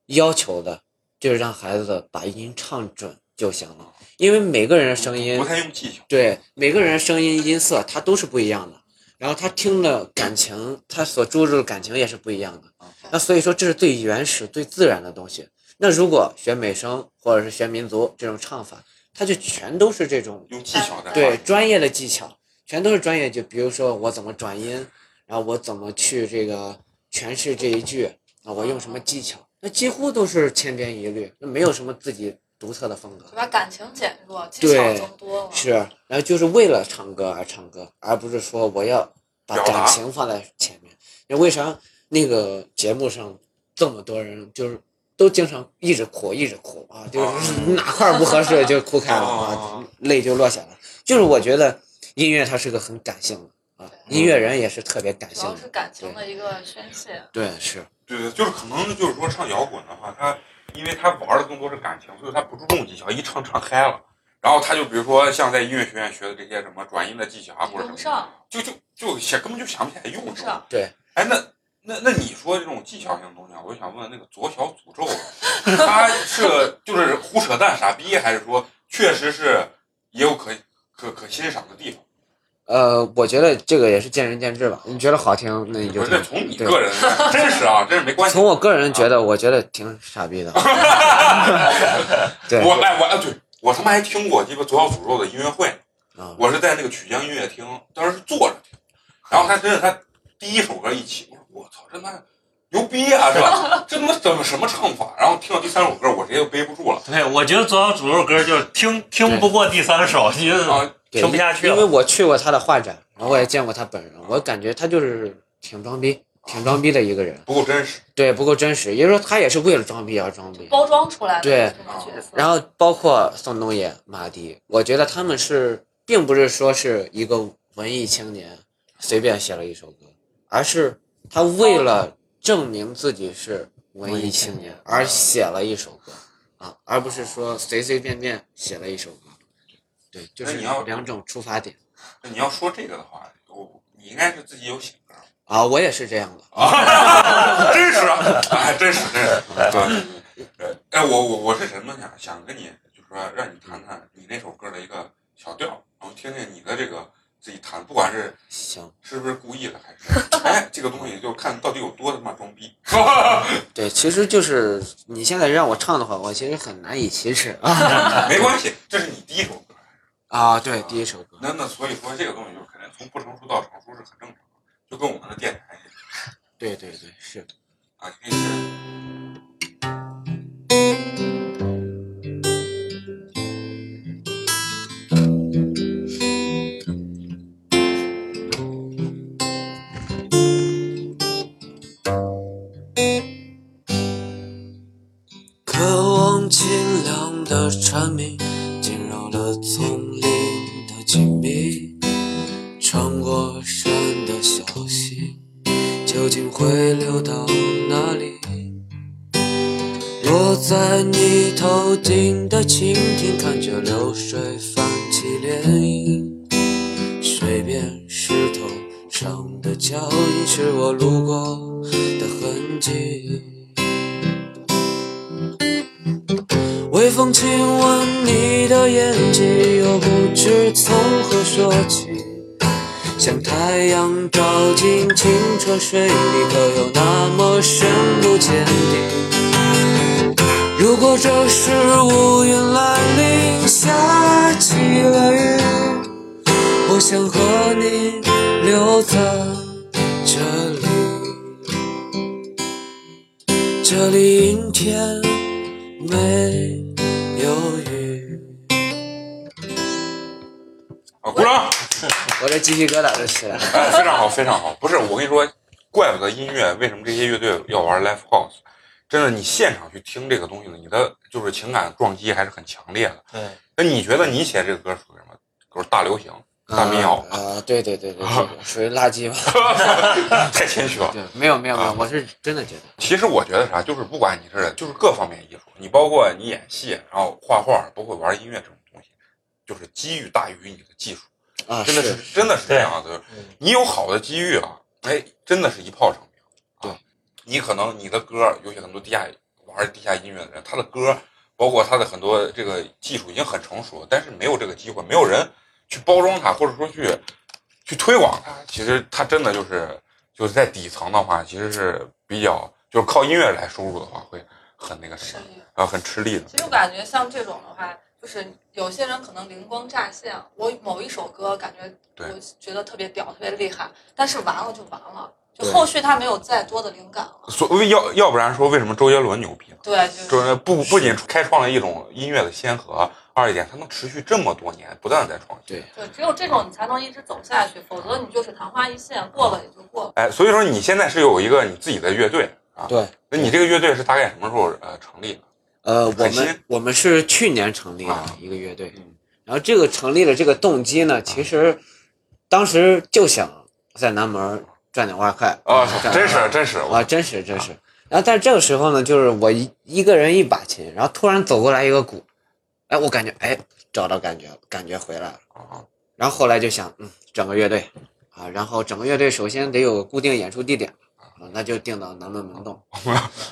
Speaker 5: 要求的就是让孩子把音唱准就行了，因为每个人的声音
Speaker 1: 不太用技巧。
Speaker 5: 对，每个人的声音音色它都是不一样的，然后他听的感情，他所注入的感情也是不一样的。那所以说这是最原始、最自然的东西。那如果学美声或者是学民族这种唱法，它就全都是这种
Speaker 1: 用技巧的
Speaker 5: 对专业的技巧，全都是专业。就比如说我怎么转音，然后我怎么去这个诠释这一句啊，我用什么技巧，那几乎都是千篇一律，那没有什么自己独特的风格。
Speaker 4: 就把感情减弱，技巧
Speaker 5: 对
Speaker 4: 增多了。
Speaker 5: 是，啊然后就是为了唱歌而唱歌，而不是说我要把
Speaker 1: 表达
Speaker 5: 感情放在前面。那为啥那个节目上这么多人就是都经常一直哭，一直哭啊，就是哪块儿不合适就哭开了
Speaker 1: 哦
Speaker 5: 啊，泪就落下来。就是我觉得音乐它是个很感性的啊，音乐人也是特别感
Speaker 4: 主
Speaker 5: 性
Speaker 4: 要是
Speaker 5: 的。
Speaker 4: 感情的一个宣泄。
Speaker 5: 对，是
Speaker 1: 对对，就是可能就是说唱摇滚的话，他因为他玩的更多是感情，所以他不注重技巧，一唱唱嗨了。然后他就比如说像在音乐学院学的这些什么转音的技巧啊，或者
Speaker 4: 用不
Speaker 1: 什么，
Speaker 4: 上，
Speaker 1: 就就就想根本就想不起来用
Speaker 4: 用不
Speaker 1: 这种。
Speaker 4: 上，
Speaker 5: 对，
Speaker 1: 哎，那那那你说这种技巧性的东西，啊，我就想问那个左小诅咒，啊他 是就是胡扯淡傻逼，还是说确实是也有可可可欣赏的地方？
Speaker 5: 呃，我觉得这个也是见仁见智吧。你觉得好听，那你就
Speaker 1: 不是，那
Speaker 5: 听。
Speaker 1: 从你
Speaker 5: 对
Speaker 1: 个人 真是啊，真是没关系。
Speaker 5: 从我个人觉得，我觉得挺傻 逼的。对，
Speaker 1: 我哎我哎对，我他妈还听过鸡巴左小诅咒的音乐会，
Speaker 5: 啊，
Speaker 1: 我是在那个曲江音乐厅，当时是坐着听，然后他真的他第一首歌一起，我说我操，这他妈牛逼啊，是 吧？这他妈怎么什么唱法？然后听到第三首歌，我直接就背不住了
Speaker 3: 对，我觉得左小诅咒歌就是听听不过第三首，你就是
Speaker 1: 啊！
Speaker 5: 对
Speaker 3: 听不下去了
Speaker 5: 因为我去过他的画展，然后我也见过他本人，我感觉他就是挺装逼，挺装逼的一个人，
Speaker 1: 不够真实，
Speaker 5: 对，不够真实，也就是说他也是为了装逼而装逼。
Speaker 4: 包装出来的
Speaker 5: 对
Speaker 4: 这种
Speaker 1: 哦
Speaker 4: 角色。
Speaker 5: 然后包括宋冬野、马迪，我觉得他们是并不是说是一个文艺青年随便写了一首歌，而是他为了证明自己是文艺青年而写了一首歌啊，而不是说随随便便写了一首歌。对，就
Speaker 1: 那
Speaker 5: 是
Speaker 1: 你要
Speaker 5: 两种出发点
Speaker 1: 那你要说这个的话，我你应该是自己有写歌
Speaker 5: 啊，我也是这样的。
Speaker 1: 啊， 真实啊，哎，真实真实，对，呃哎，我我我是什么想想跟你就是说让你谈谈你那首歌的一个小调，然后听听你的这个自己弹，不管是
Speaker 5: 行，
Speaker 1: 是不是故意的，还是哎，这个东西就看到底有多他妈装逼。
Speaker 5: 对，其实就是你现在让我唱的话，我其实很难以启齿啊。
Speaker 1: 没关系，这是你第一首歌。
Speaker 5: 啊，对，第一首歌。
Speaker 1: 那那所以说这个东西就是肯定从不成熟到成熟是很正常的，就跟我们的电台一样
Speaker 5: 对对对，是。
Speaker 1: 啊，你可以先
Speaker 6: 渴望清凉的蝉鸣，进入了丛林的紧密，穿过山的小溪，究竟会流到哪里？落在你头顶的蜻蜓，看着流水泛起涟漪，水边石头上的脚印是我路过的痕迹。微风亲吻你的眼睛，又不知从何说起。像太阳照进清澈水里，可又那么深不见底。如果这是乌云来临，下起了雨，我想和你留在这里，这里阴天。没有雨。
Speaker 1: 啊，鼓掌！
Speaker 5: 我这鸡皮疙瘩都起来了。
Speaker 1: 哎，非常好，非常好。不是，我跟你说，怪不得音乐为什么这些乐队要玩 live house，真的，你现场去听这个东西呢，你的就是情感撞击还是很强烈的。
Speaker 3: 对，
Speaker 1: 那你觉得你写这个歌属于什么？就是大流行、大民谣
Speaker 5: 啊、，啊对对对 对，对属于垃圾吧？
Speaker 1: 太谦虚了。
Speaker 5: 对，没有没有没有，我是真的觉得，
Speaker 1: 其实我觉得啥，就是不管你是就是各方面艺术，你包括你演戏，然后画画，包括玩音乐这种东西，就是机遇大于你的技术，
Speaker 5: 啊，
Speaker 1: 真的
Speaker 5: 是
Speaker 1: 是真的是这样子
Speaker 3: 嗯。
Speaker 1: 你有好的机遇啊，哎，真的是一炮成名。啊，你可能你的歌，尤其很多地下玩地下音乐的人，他的歌包括他的很多这个技术已经很成熟了，但是没有这个机会，没有人去包装它，或者说去去推广它。其实它真的就是就是在底层的话，其实是比较就是靠音乐来收入的话，会很那个什
Speaker 4: 是
Speaker 1: 么，然后很吃力的。
Speaker 4: 其实我感觉像这种的话，就是有些人可能灵光乍现，我某一首歌感觉
Speaker 1: 对
Speaker 4: 我觉得特别屌、特别厉害，但是完了就完了，就
Speaker 1: 对
Speaker 4: 后续他没有再多的灵感了。
Speaker 1: 所以要要不然说为什么周杰伦牛逼呢？
Speaker 4: 对，就是
Speaker 1: 就是不不仅开创了一种音乐的先河，二一点它能持续这么多年，不断的在创新。
Speaker 5: 对
Speaker 4: 对，只有这种你才能一直走下去，否则你就是昙花一现，过了也就过了。
Speaker 1: 哎，所以说你现在是有一个你自己的乐队啊？
Speaker 5: 对。
Speaker 1: 那你这个乐队是大概什么时候呃成立的？
Speaker 5: 呃，我
Speaker 1: 很新
Speaker 5: 们我们是去年成立的
Speaker 1: 啊
Speaker 5: 一个乐队
Speaker 1: 嗯，啊
Speaker 5: 然后这个成立的这个动机呢，其实当时就想在南门赚点外快
Speaker 1: 啊
Speaker 5: 赚，点
Speaker 1: 真
Speaker 5: 外快
Speaker 1: 是真是，
Speaker 5: 啊，真是真是。然后但是这个时候呢，就是我一一个人一把琴，然后突然走过来一个鼓，哎，我感觉哎找到感觉了，感觉回来了。
Speaker 1: 啊
Speaker 5: 然后后来就想，嗯，整个乐队啊，然后整个乐队首先得有个固定演出地点啊，那就定到南门门洞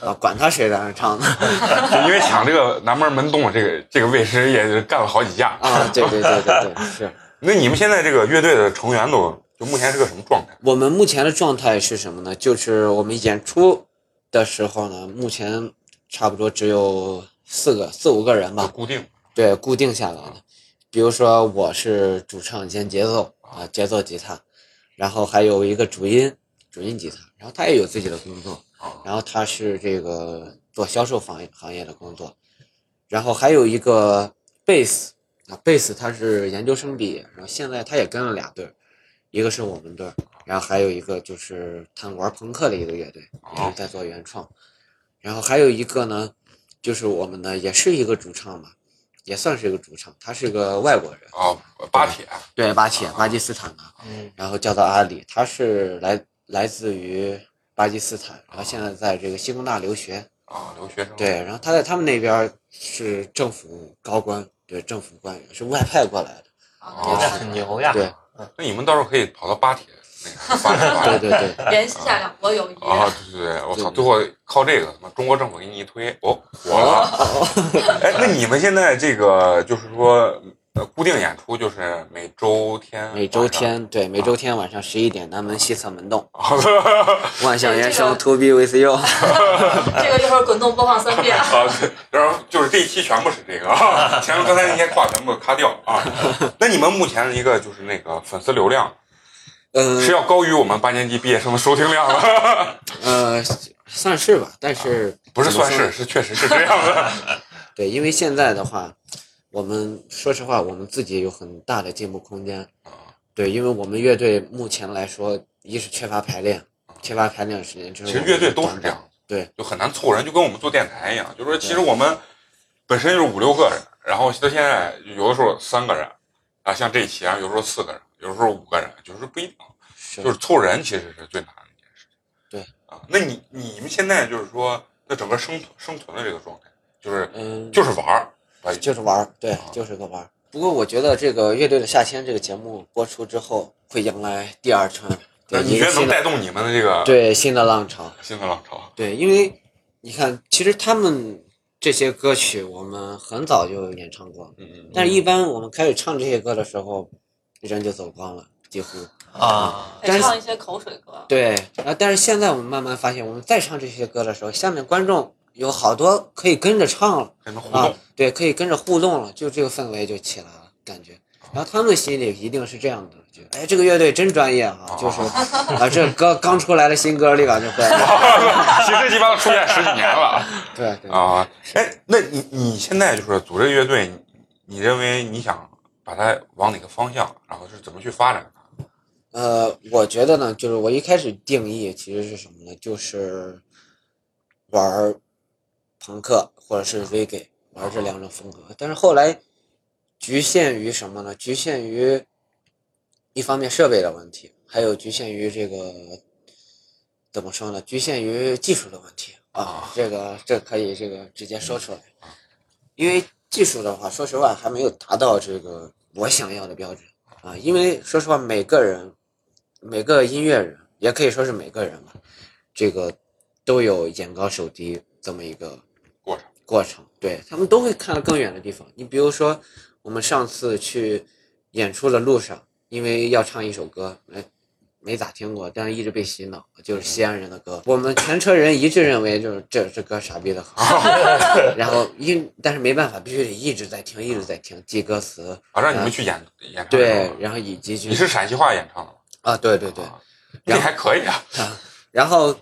Speaker 5: 啊，管他谁在那唱呢
Speaker 1: 就因为抢这个南门门洞这个这个位置也干了好几架。
Speaker 5: 啊，对对对对对，是。
Speaker 1: 那你们现在这个乐队的成员都就目前是个什么状态？
Speaker 5: 我们目前的状态是什么呢？就是我们演出的时候呢，目前差不多只有四个、四五个人
Speaker 1: 就
Speaker 5: 吧，
Speaker 1: 固定
Speaker 5: 对，固定下来的。比如说我是主唱兼节奏啊，节奏吉他，然后还有一个主音，主音吉他，然后他也有自己的工作，
Speaker 1: 啊，
Speaker 5: 然后他是这个做销售行业行业的工作，然后还有一个贝斯啊，贝斯他是研究生毕业，然后现在他也跟了俩队儿，一个是我们队儿，然后还有一个就是他玩朋克的一个乐队，也
Speaker 1: 哦
Speaker 5: 是在做原创，然后还有一个呢，就是我们呢也是一个主唱吧，也算是一个主唱，他是个外国人，
Speaker 1: 啊，巴铁
Speaker 5: 对，巴铁巴基斯坦的，
Speaker 3: 嗯，
Speaker 5: 然后叫到阿里，他是来来自于巴基斯坦，然后现在在这个西工大留学。
Speaker 1: 啊，留学生
Speaker 5: 对，然后他在他们那边儿是政府高官，对，政府官员是外派过来的。
Speaker 4: 啊，
Speaker 1: 哦
Speaker 3: 那
Speaker 4: 那
Speaker 3: 很
Speaker 4: 就
Speaker 3: 牛呀。
Speaker 5: 对
Speaker 1: 那你们到时候可以跑到巴铁那个发展发
Speaker 5: 对
Speaker 1: 展。
Speaker 5: 对对，
Speaker 4: 是联系下两国友谊。
Speaker 1: 啊，对对对，我操！
Speaker 5: 对
Speaker 1: 最后靠这个，他妈中国政府给你一推，哦，火了。
Speaker 5: 哦
Speaker 1: 哎，那你们现在这个就是说，呃，固定演出就是每周天，
Speaker 5: 每 周。天对每周天晚上十一点，南门西侧门洞，
Speaker 1: 好
Speaker 5: 万象原
Speaker 4: 这
Speaker 5: 声
Speaker 4: 个
Speaker 5: To Be With You。
Speaker 4: 这个一会儿滚动播放三 遍。
Speaker 1: 啊然后就是这一期全部是这个，啊，前面刚才那些话全部咔掉啊。那你们目前的一个就是那个粉丝流量是
Speaker 5: 嗯
Speaker 1: 要高于我们八年级毕业生的收听量的，
Speaker 5: 呃，算是吧，但是
Speaker 1: 不是
Speaker 5: 怎么
Speaker 1: 算
Speaker 5: 说
Speaker 1: 是
Speaker 5: 呢
Speaker 1: 是确实是这样的。
Speaker 5: 对，因为现在的话，我们说实话，我们自己有很大的进步空间。
Speaker 1: 啊
Speaker 5: 对，因为我们乐队目前来说，一是缺乏排练，缺乏排练时间。这
Speaker 1: 啊其
Speaker 5: 是
Speaker 1: 实
Speaker 5: 我
Speaker 1: 乐
Speaker 5: 们
Speaker 1: 队
Speaker 5: 的
Speaker 1: 都
Speaker 5: 短
Speaker 1: 是这
Speaker 5: 板
Speaker 1: 样，
Speaker 5: 对，
Speaker 1: 就很难凑人，就跟我们做电台一样，就是说其实我们本身就是五六个人，然后到现在有的时候三个人，啊，像这一期啊，有时候四个人，有时候五个人，就是不一定，
Speaker 5: 是
Speaker 1: 就是凑人其实是最难的一件事情。
Speaker 5: 对
Speaker 1: 啊，那你你们现在就是说，那整个生存生存的这个状态，就是
Speaker 5: 嗯，
Speaker 1: 就是玩儿，哎
Speaker 5: 就是玩儿，对，就是个玩儿。不过我觉得这个乐队的夏天这个节目播出之后，会迎来第二春，对，
Speaker 1: 那你
Speaker 5: 一
Speaker 1: 觉得
Speaker 5: 个
Speaker 1: 能
Speaker 5: 新的
Speaker 1: 带动你们的这个
Speaker 5: 对新的浪潮，
Speaker 1: 新的浪潮？啊
Speaker 5: 对，因为你看，其实他们这些歌曲我们很早就演唱过，
Speaker 1: 嗯嗯
Speaker 5: 但是一般我们开始唱这些歌的时候，人就走光了，几乎。
Speaker 3: 啊，
Speaker 4: 得唱一些口水歌。
Speaker 5: 对，然后但是现在我们慢慢发现，我们再唱这些歌的时候，下面观众有好多可以跟着唱了。
Speaker 1: 跟他们互
Speaker 5: 啊
Speaker 1: 动，，
Speaker 5: 对，可以跟着互动了，就这个氛围就起来了，感觉。然后他们心里一定是这样的，觉得哎，这个乐队真专业啊，就是啊，这歌刚出来的新歌立马就会，
Speaker 1: 其实鸡巴出现十几年了。
Speaker 5: 对对，
Speaker 1: 啊，哎，那你你现在就是组这个乐队，你你认为你想把它往哪个方向，然后是怎么去发展它？
Speaker 5: 呃，我觉得呢，就是我一开始定义其实是什么呢？就是玩儿朋克或者是 reggae，玩儿这两种风格。但是后来局限于什么呢？局限于一方面设备的问题，还有局限于这个怎么说呢？局限于技术的问题啊。这个这可以这个直接说出来，因为技术的话，说实话还没有达到这个我想要的标准啊。因为说实话，每个人每个音乐人，也可以说是每个人吧，这个都有眼高手低这么一个
Speaker 1: 过程
Speaker 5: 过程，对他们都会看到更远的地方。你比如说，我们上次去演出的路上，因为要唱一首歌，没没咋听过，但是一直被洗脑，就是西安人的歌。我们全车人一致认为就是这这歌傻逼的 好，然后因但是没办法，必须得一直在听，一直在听记歌词。
Speaker 1: 啊，让你们去演演唱。
Speaker 5: 呃对，，然后以及去
Speaker 1: 你是陕西话演唱的吗？
Speaker 5: 啊，对对对，
Speaker 1: 啊你还可以啊。
Speaker 5: 然后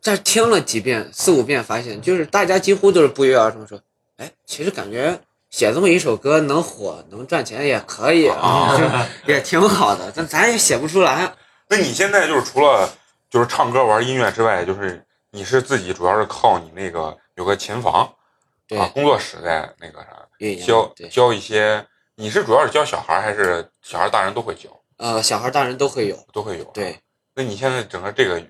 Speaker 5: 再听了几遍、四五遍，发现就是大家几乎都是不约而同说，哎，其实感觉写这么一首歌能火、能赚钱也可以，
Speaker 1: 啊
Speaker 5: 就也挺好的，但咱也写不出来。
Speaker 1: 那你现在就是除了就是唱歌玩音乐之外，就是你是自己主要是靠你那个有个琴房
Speaker 5: 对，
Speaker 1: 啊，工作室在那个啥
Speaker 5: 越野
Speaker 1: 教
Speaker 5: 对，
Speaker 1: 教一些，你是主要是教小孩儿还是小孩儿大人都会教
Speaker 5: 呃，小孩、大人都会有。
Speaker 1: 都会有？啊
Speaker 5: 对，，
Speaker 1: 那你现在整个这个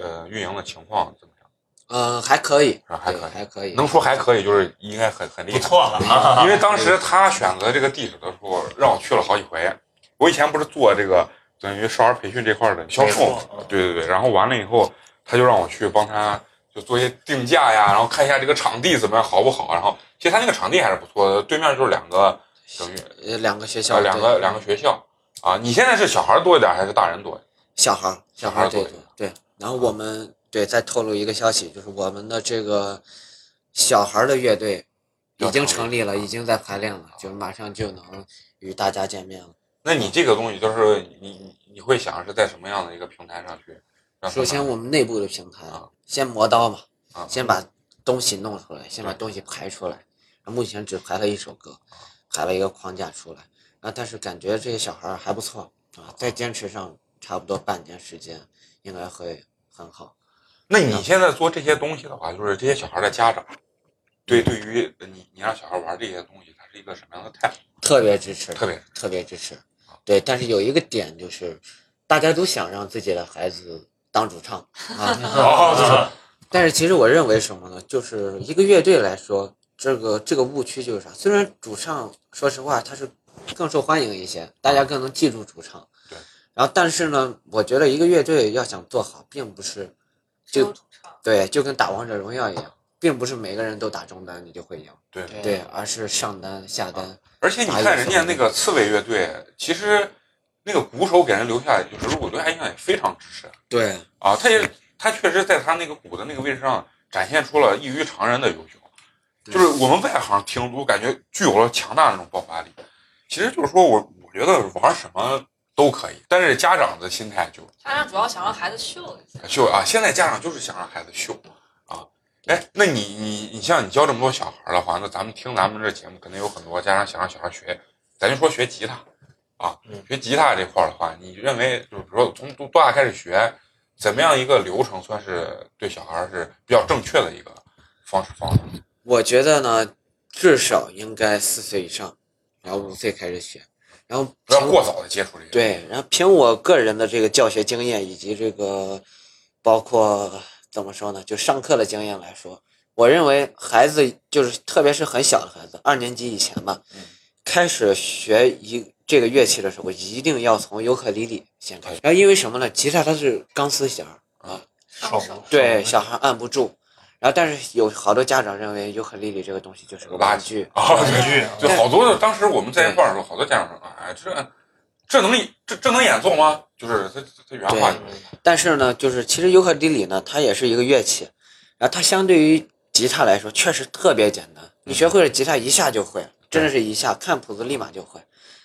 Speaker 1: 呃运营的情况怎么样？
Speaker 5: 嗯、还可以，
Speaker 1: 啊还可以
Speaker 5: 对还可以，
Speaker 1: 能说还可以，就是应该很很厉
Speaker 3: 不
Speaker 1: 害，
Speaker 3: 错了啊
Speaker 1: 因为当时他选择这个地址的时候，让我去了好几回。我以前不是做这个等于少儿培训这块儿的销售嘛
Speaker 3: 没错嗯，
Speaker 1: 对对对。然后完了以后，他就让我去帮他就做一些定价呀，然后看一下这个场地怎么样好不好。然后其实他那个场地还是不错的，对面就是两个等于
Speaker 5: 呃两个学校，
Speaker 1: 呃两个
Speaker 5: 对
Speaker 1: 两个学校啊。你现在是小孩儿多一点还是大人多一点？
Speaker 5: 小孩儿，小
Speaker 1: 孩儿
Speaker 5: 儿对
Speaker 1: 多一
Speaker 5: 对
Speaker 1: 点
Speaker 5: 对。然后
Speaker 1: 啊
Speaker 5: 我们对再透露一个消息，就是我们的这个小孩儿的乐队
Speaker 1: 要
Speaker 5: 已经
Speaker 1: 成
Speaker 5: 成
Speaker 1: 立啊
Speaker 5: 立了，已经在排练了，就是马上就能与大家见面了。
Speaker 1: 那你这个东西就是你你你会想是在什么样的一个平台上去让他们？
Speaker 5: 首先，我们内部的平台
Speaker 1: 啊
Speaker 5: 先磨刀嘛，
Speaker 1: 啊
Speaker 5: 先把东西弄出来，先把东西排出来。目前只排了一首歌，
Speaker 1: 啊
Speaker 5: 排了一个框架出来。然后但是感觉这些小孩儿还不错啊，再坚持上差不多半年时间，应该会很好。
Speaker 1: 那你现在做这些东西的话，就是这些小孩的家长，对对于你你让小孩玩这些东西，他是一个什么样的态度？
Speaker 5: 特别支持，
Speaker 1: 特别
Speaker 5: 特别支持。对，但是有一个点就是，大家都想让自己的孩子当主唱啊。
Speaker 3: 好， 就是
Speaker 5: 但是其实我认为什么呢？就是一个乐队来说，这个这个误区就是啥？虽然主唱说实话他是更受欢迎一些，大家更能记住主唱。
Speaker 1: 啊对。
Speaker 5: 然后，但是呢，我觉得一个乐队要想做好，并不是
Speaker 4: 只有
Speaker 5: 就
Speaker 4: 主唱。
Speaker 5: 对，就跟打王者荣耀一样，并不是每个人都打中单你就会赢，
Speaker 1: 对，啊
Speaker 5: 对，而是上单下单。
Speaker 1: 而且你看人家那个刺猬乐队，其实那个鼓手给人留下就是我留下印象也非常支持
Speaker 5: 对，
Speaker 1: 啊，他也他确实在他那个鼓的那个位置上展现出了异于常人的优秀，就是我们外行听都感觉具有了强大的那种爆发力。其实就是说我我觉得玩什么都可以，但是家长的心态就
Speaker 4: 家长主要想让孩子秀一下，
Speaker 1: 秀啊！现在家长就是想让孩子秀啊。哎，那你你你像你教这么多小孩儿的话，那咱们听咱们这节目，肯定有很多家长想让小孩学，咱就说学吉他啊，学吉他这块儿的话，你认为就是说从多多大开始学，怎么样一个流程算是对小孩儿是比较正确的一个方式方法？
Speaker 5: 我觉得呢，至少应该四岁以上，然后五岁开始学，然后
Speaker 1: 不要
Speaker 5: 凭
Speaker 1: 过早的接触这个。，
Speaker 5: 对，然后凭我个人的这个教学经验以及这个，包括怎么说呢，就上课的经验来说，我认为孩子就是特别是很小的孩子，二年级以前吧，
Speaker 1: 嗯
Speaker 5: 开始学一这个乐器的时候，一定要从尤克里里先开始。然后因为什么呢？吉他它是钢丝弦儿啊，
Speaker 4: 上手。
Speaker 5: 对，小孩按不住。然后，但是有好多家长认为尤克里里这个东西就是个
Speaker 1: 垃
Speaker 5: 玩
Speaker 1: 圾
Speaker 5: 具，
Speaker 1: 啊，
Speaker 3: 玩具
Speaker 1: 就好多的，当时我们在一块儿的时候，好多家长说：“哎，这这能这这能演奏吗？”就是他他他原话就是
Speaker 5: 但是呢，就是其实尤克里里呢，它也是一个乐器，然后它相对于吉他来说，确实特别简单。你学会了吉他，一下就会，真的是一下看谱子立马就会。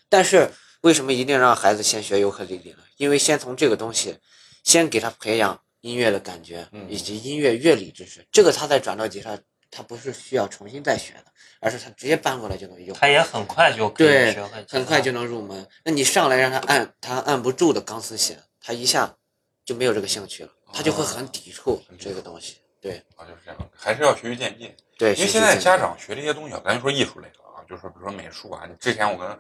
Speaker 5: 但是为什么一定让孩子先学尤克里里呢？因为先从这个东西，
Speaker 1: 嗯
Speaker 5: 先给他培养音乐的感觉，以及音乐乐理知识，这个他再转到吉他，它不是需要重新再学的，而是它直接搬过来就能用，
Speaker 3: 他也很快就可以
Speaker 5: 对
Speaker 3: 学会，
Speaker 5: 很快就能入门。那你上来让他按，他按不住的钢丝弦，他一下就没有这个兴趣了，他就会
Speaker 1: 哦
Speaker 5: 很抵触这个东西。对
Speaker 1: 啊，就是这样，还是要循序渐进。
Speaker 5: 对，
Speaker 1: 因为
Speaker 5: 学习
Speaker 1: 现在
Speaker 5: 进
Speaker 1: 家
Speaker 5: 步
Speaker 1: 长学这些东西啊，咱说艺术类的啊，就是说比如说美术啊，你之前我跟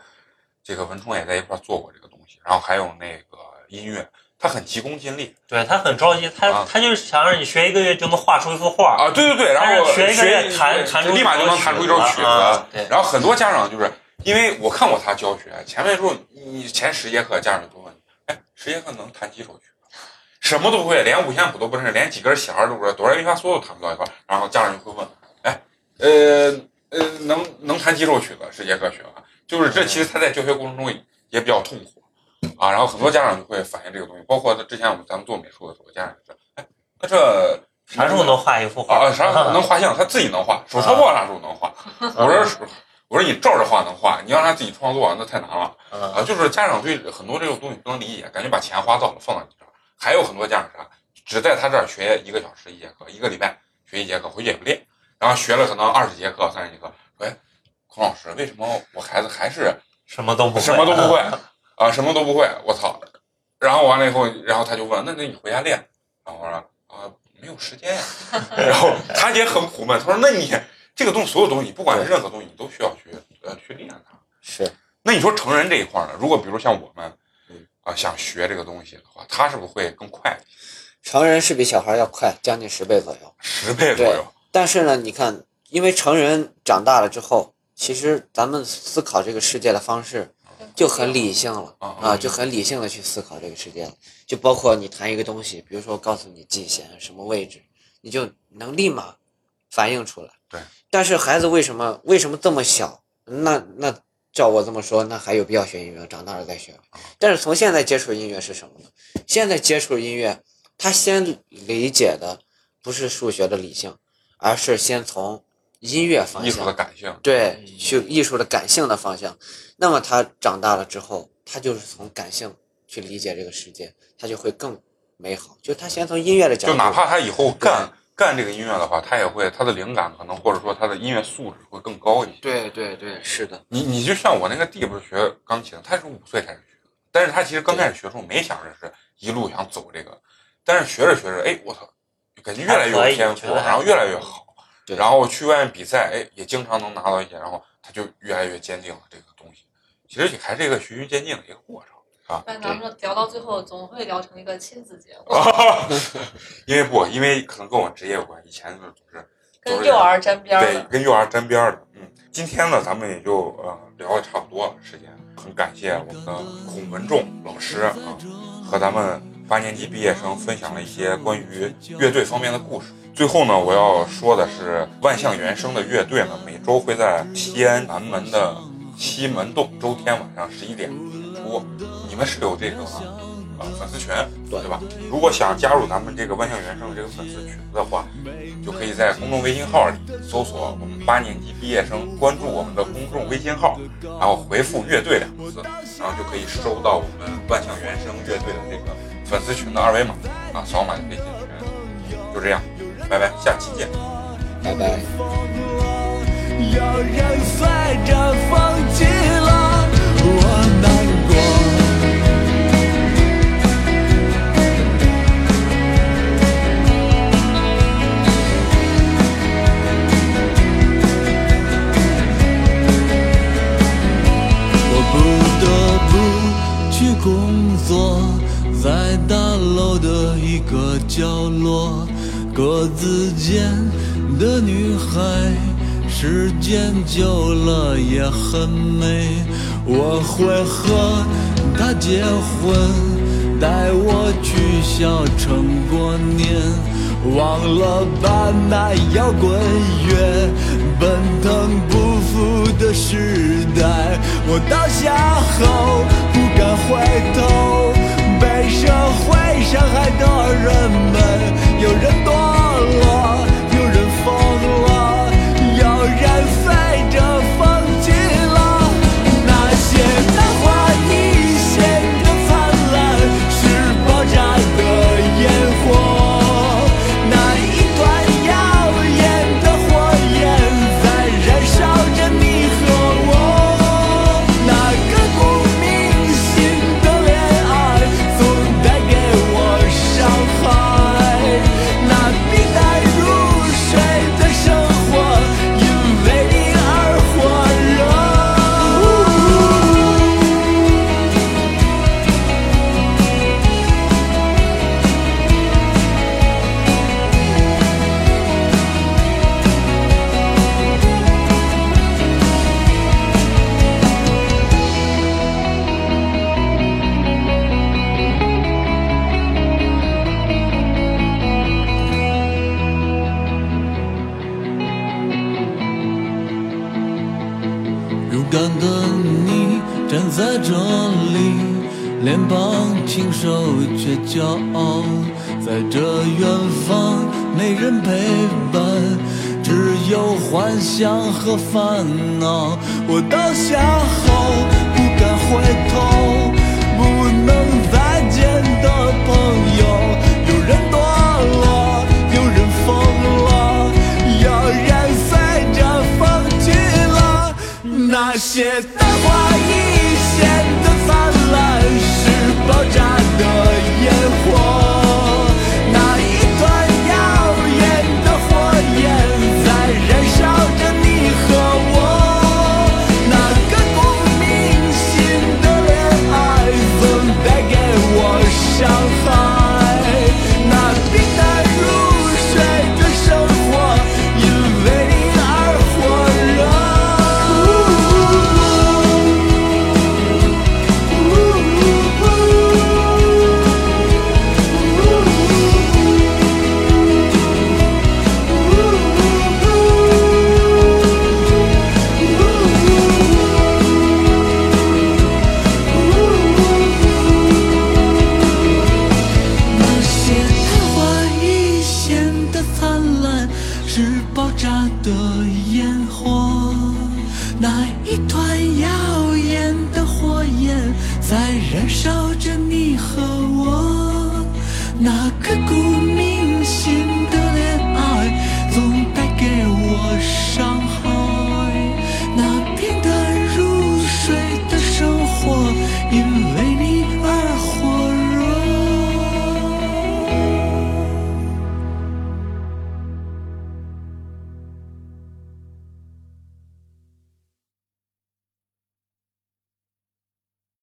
Speaker 1: 这个文冲也在一块儿做过这个东西，然后还有那个音乐，他很急功近利
Speaker 3: 对他很着急，他
Speaker 1: 啊
Speaker 3: 他就是想让你学一个月就能画出一幅画，
Speaker 1: 啊，对对对，然后
Speaker 3: 但是学一个也弹
Speaker 1: 对
Speaker 3: 弹出
Speaker 1: 立马就能
Speaker 3: 一首
Speaker 1: 弹出一首曲
Speaker 3: 曲子啊对
Speaker 1: 然后很多家长就是因为我看过他教学，前面说你前十节课家长就问你，哎，十节课能弹几首曲子？什么都不会，连五线谱都不认识，连几根弦儿都不知道，哆来咪发嗦都弹不到一块儿。然后家长就会问，哎，呃呃，能能弹几首曲子？十节课学完，就是这其实他在教学过程中也比较痛苦啊。然后很多家长就会反映这个东西，包括之前我们咱们做美术的时候，家长就说，哎，那这
Speaker 3: 啥时候能画一幅画？
Speaker 1: 啊，啥时候能画像，他自己能画，手抄报啥时候能画？我说，我说你照着画能画，你让他自己创作那太难了啊！
Speaker 3: 嗯，
Speaker 1: 就是家长对很多这种东西不能理解，感觉把钱花到了放到你这儿，还有很多家长啥，只在他这儿学一个小时一节课，一个礼拜学一节课，回去也不练，然后学了可能二十节课、三十节课，说哎，孔老师，为什么我孩子还是
Speaker 3: 什么都不会，
Speaker 1: 什么都不会啊，什么都不会，我操！然后完了以后，然后他就问，那那你回家练？然后我说啊，没有时间呀、 然后他也很苦闷，他说那你这个东西，所有东西，不管是任何东西，你都需要去呃去练它。
Speaker 5: 是
Speaker 1: 那你说成人这一块儿呢？如果比如像我们啊、想学这个东西的话，他是不是会更快一些
Speaker 5: 成人是比小孩要快将近十倍左右。
Speaker 1: 十倍左右？
Speaker 5: 但是呢，你看，因为成人长大了之后，其实咱们思考这个世界的方式就很理性了
Speaker 1: 啊
Speaker 5: 啊，就很理性的去思考这个世界了。就包括你谈一个东西，比如说我告诉你进弦什么位置，你就能立马反应出来。
Speaker 1: 对。
Speaker 5: 但是孩子为什么为什么这么小？那那照我这么说，那还有必要学音乐？长大了再学吧。
Speaker 1: 哦
Speaker 5: 但是从现在接触音乐是什么呢？现在接触音乐，他先理解的不是数学的理性，而是先从音乐方
Speaker 1: 艺术的
Speaker 5: 向，
Speaker 1: 感性
Speaker 5: 对，去艺术的感性的方向。那么他长大了之后，他就是从感性去理解这个世界，他就会更美好。就他先从音乐的角
Speaker 1: 就
Speaker 5: 度，
Speaker 1: 哪怕他以后干干这个音乐的话，他也会他的灵感可能或者说他的音乐素质会更高一些。
Speaker 5: 对对对，是的，
Speaker 1: 你你就像我那个弟不是学钢琴，他是五岁开始学的，但是他其实刚开始学的时候没想着是一路想走这个，但是学着学着，哎，我操，感觉越来越有天赋，
Speaker 3: 还可以觉得还
Speaker 1: 然后越来越好，
Speaker 5: 对
Speaker 1: 然后去外面比赛，哎，也经常能拿到一些，然后他就越来越坚定了这个东西。其实也还是一个循序渐进的一个过程，
Speaker 4: 但咱们聊到最后，总会聊成一个亲子节目，
Speaker 1: 因为不，因为可能跟我职业有关，以前就是总是
Speaker 4: 跟幼儿沾边
Speaker 1: 对
Speaker 4: 了。
Speaker 1: 跟幼儿沾边儿的。嗯，今天呢，咱们也就呃聊的差不多了，时间很感谢我们的孔文仲老师啊。和咱们八年级毕业生分享了一些关于乐队方面的故事。最后呢，我要说的是，万象原声的乐队呢，每周会在西安南门的西门洞，周天晚上十一点演出。你们是有这个呃粉丝群
Speaker 5: 对
Speaker 1: 对吧？如果想加入咱们这个万象原声的这个粉丝群的话，就可以在公众微信号里搜索我们八年级毕业生，关注我们的公众微信号，然后回复“乐队”两个字，然后就可以收到我们万象原声乐队的这个粉丝群的二维码啊，扫码就可以进群。就这样，拜拜，下期见。
Speaker 5: 拜拜。
Speaker 2: 有人随着风起了，我难过。我不得不去工作，在大楼的一个角落，格子间的女孩，时间久了也很美。我会和她结婚，带我去小城过年。忘了吧那摇滚乐，奔腾不复的时代。我倒下后不敢回头，被社会伤害的人们，有人堕落，有人疯了，有人随着风起了。那些昙花一现的灿烂，是爆炸的烟火。那一团耀眼的火焰，里，脸庞清瘦却骄傲，在这远方没人陪伴，只有幻想和烦恼。我倒下后不敢回头，不能再见的朋友，有人堕落，有人疯了，有人随着风去了。那些昙花一现的灿烂，是爆炸的烟火。那一团耀眼的火焰，在燃烧着你和我。那刻骨铭心的恋爱，曾带给我伤害。那平淡如水的生活，因为你而火热。那些昙花一现的灿烂，是爆炸的烟火。那一团耀眼的火焰，在燃烧着你和我。那刻骨铭心的